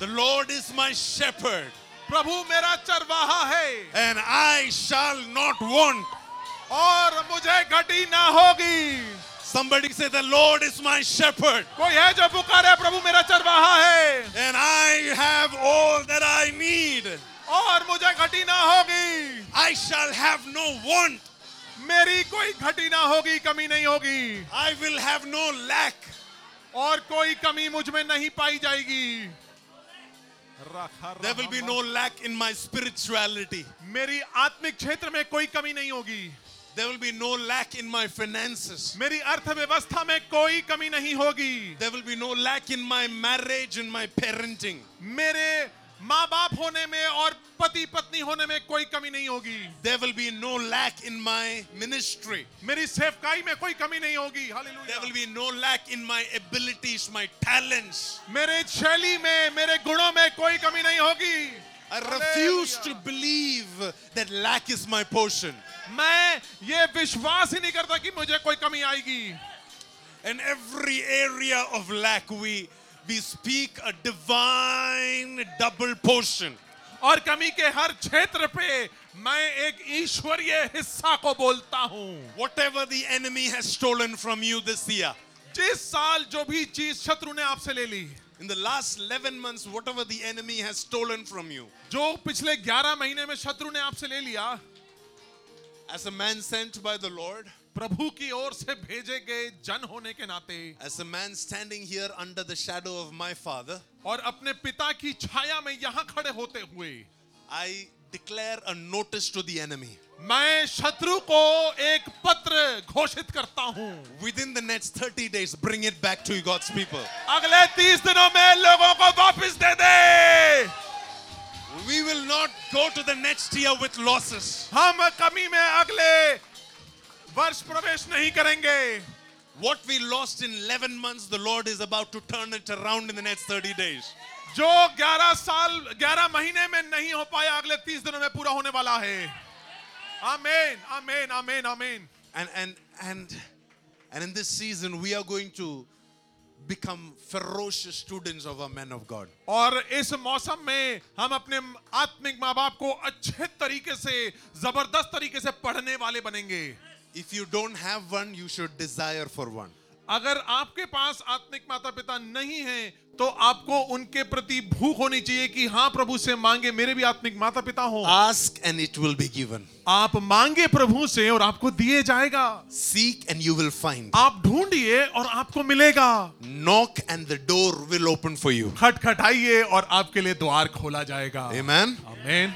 The Lord is my shepherd, प्रभु मेरा चरवाहा है and I shall not want. और मुझे घटी ना होगी Somebody say, The Lord is my shepherd, कोई है जो पुकारे प्रभु मेरा चरवाहा है and I have all that I need. और मुझे घटी ना होगी I shall have no want. मेरी कोई घटी ना होगी कमी नहीं होगी I will have no lack. और कोई कमी मुझ में नहीं पाई जाएगी There will be no lack in my spirituality. मेरी आत्मिक क्षेत्र में कोई कमी नहीं होगी There will be no lack in my finances. मेरी अर्थव्यवस्था में कोई कमी नहीं होगी There will be no lack in my marriage and my parenting. मेरे माँ बाप होने में और पति पत्नी होने में कोई कमी नहीं होगी There will be no lack in my ministry. मेरी सेवकाई में कोई कमी नहीं होगी There will hallelujah be no lack in my abilities, my talents. मेरे शैली में मेरे गुणों में कोई कमी नहीं होगी I refuse to believe that lack is my portion. मैं ये विश्वास ही नहीं करता कि मुझे कोई कमी आएगी In every area of lack, we we speak a divine double portion. और कमी के हर क्षेत्र पे मैं एक ईश्वरीय हिस्सा को बोलता हूँ Whatever the enemy has stolen from you this year, जिस साल जो भी चीज शत्रु ने आपसे ले ली In the last 11 months, whatever the enemy has stolen from you, जो पिछले 11 महीने में शत्रु ने आपसे ले लिया as a man sent by the Lord, प्रभु की ओर से भेजे गए जन होने के नाते as a man standing here under the shadow of my Father, और अपने पिता की छाया में यहाँ खड़े होते हुए I declare a notice to the enemy. मैं शत्रु को एक पत्र घोषित करता हूँ Within the next 30 days, bring it back to God's people. अगले तीस दिनों में लोगों को वापस दे दे We will not go to the next year with losses. हम कमी में अगले वर्ष प्रवेश नहीं करेंगे What we lost in 11 months, the Lord is about to turn it around in the next 30 days. जो 11 साल 11 महीने में नहीं हो पाया अगले 30 दिनों में पूरा होने वाला है आमेन आमेन आमेन आमेन And and and and in this season, we are going to become ferocious students of our men of God. और इस मौसम में हम अपने आत्मिक माँ बाप को अच्छे तरीके से जबरदस्त तरीके से पढ़ने वाले बनेंगे If you don't have one, you should desire for one. अगर आपके पास आत्मिक माता पिता नहीं है तो आपको उनके प्रति भूख होनी चाहिए कि हाँ प्रभु से मांगे मेरे भी आत्मिक माता पिता हो Ask and it will be given. आप मांगे प्रभु से और आपको दिए जाएगा Seek and you will find. आप ढूंढिए और आपको मिलेगा Knock and the door will open for you. खटखटाइए और आपके लिए द्वार खोला जाएगा Amen. आमेन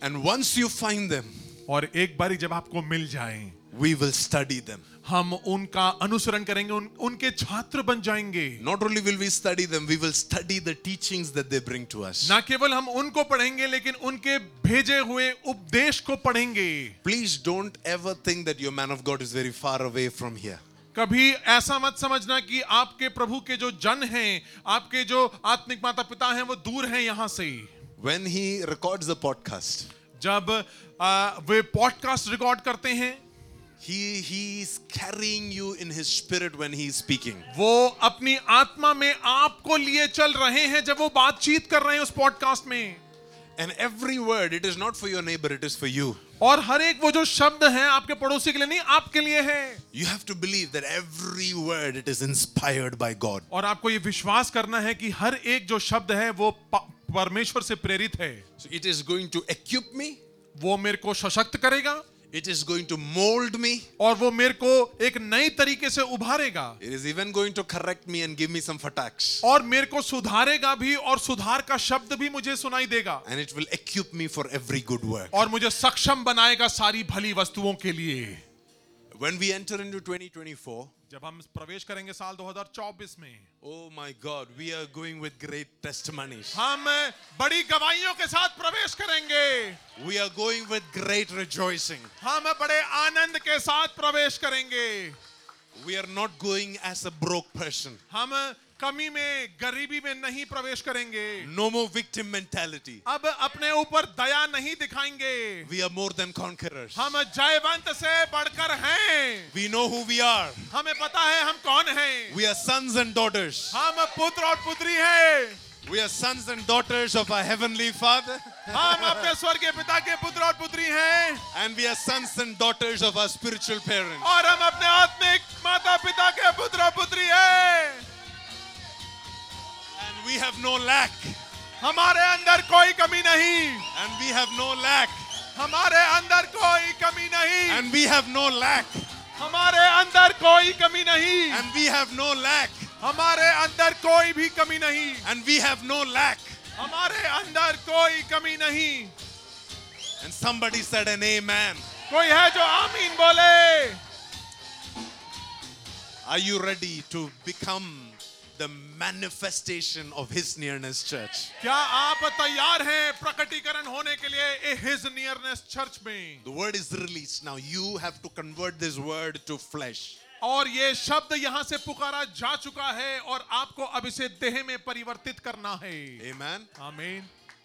And once you find them, और एक बारी जब आपको मिल जाए we will study them. हम उनका अनुसरण करेंगे उन, उनके छात्र बन जाएंगे Not only will we study them, we will study the teachings that they bring to us. ना केवल हम उनको पढ़ेंगे लेकिन उनके भेजे हुए उपदेश को पढ़ेंगे Please don't ever think that your man of God is very far away from here. कभी ऐसा मत समझना कि आपके प्रभु के जो जन हैं आपके जो आत्मिक माता पिता हैं वो दूर हैं यहाँ से When he records the podcast, जब आ, वे पॉडकास्ट रिकॉर्ड करते हैं he he's carrying you in his spirit when he's speaking. वो अपनी आत्मा में आपको लिए चल रहे हैं जब वो बातचीत कर रहे हैं उस पॉडकास्ट में And every word, it is not for your neighbor, it is for you. और हर एक वो जो शब्द है आपके पड़ोसी के लिए नहीं आपके लिए है You have to believe that every word it is inspired by God. और आपको ये विश्वास करना है कि हर एक जो शब्द है वो प- परमेश्वर से प्रेरित है So it is going to equip me, वो मेरे को सशक्त करेगा it is going to mold me, और वो मेरे को एक नए तरीके से उभारेगा it is even going to correct me and give me some attacks. और मेरे को सुधारेगा भी और सुधार का शब्द भी मुझे सुनाई देगा And it will equip me for every good work. और मुझे सक्षम बनाएगा सारी भली वस्तुओं के लिए When we enter into 2024, जब हम प्रवेश करेंगे साल 2024 में oh my God, we are going with great testimonies. हम बड़ी गवाहियों के साथ प्रवेश करेंगे We are going with great rejoicing. हम बड़े आनंद के साथ प्रवेश करेंगे We are not going as a broke person. हम कमी में गरीबी में नहीं प्रवेश करेंगे No more victim mentality. अब अपने ऊपर दया नहीं दिखाएंगे We are more than conquerors. हम जयवंत से बढ़कर हैं We know who we are. हमें पता है हम कौन हैं We are sons and daughters. हम पुत्र और पुत्री हैं We are sons and daughters of our Heavenly Father. हम अपने स्वर्गीय पिता के पुत्र और पुत्री हैं And we are sons and daughters of our spiritual parents. और हम अपने आत्मिक माता पिता के पुत्र और पुत्री हैं And we have no lack. हमारे अंदर कोई कमी नहीं And we have no lack. हमारे अंदर कोई कमी नहीं And we have no lack. हमारे अंदर कोई कमी नहीं And we have no lack. हमारे अंदर कोई भी कमी नहीं And we have no lack. हमारे अंदर कोई कमी नहीं And somebody said an amen. कोई है जो आमीन बोले Are you ready to become the manifestation of His nearness, church? क्या आप तैयार हैं प्रकटीकरण होने के लिए हिज नियरनेस चर्च में The word is released now. You have to convert this word to flesh. और ये शब्द यहाँ से पुकारा जा चुका है और आपको अब इसे देह में परिवर्तित करना है Amen. आमीन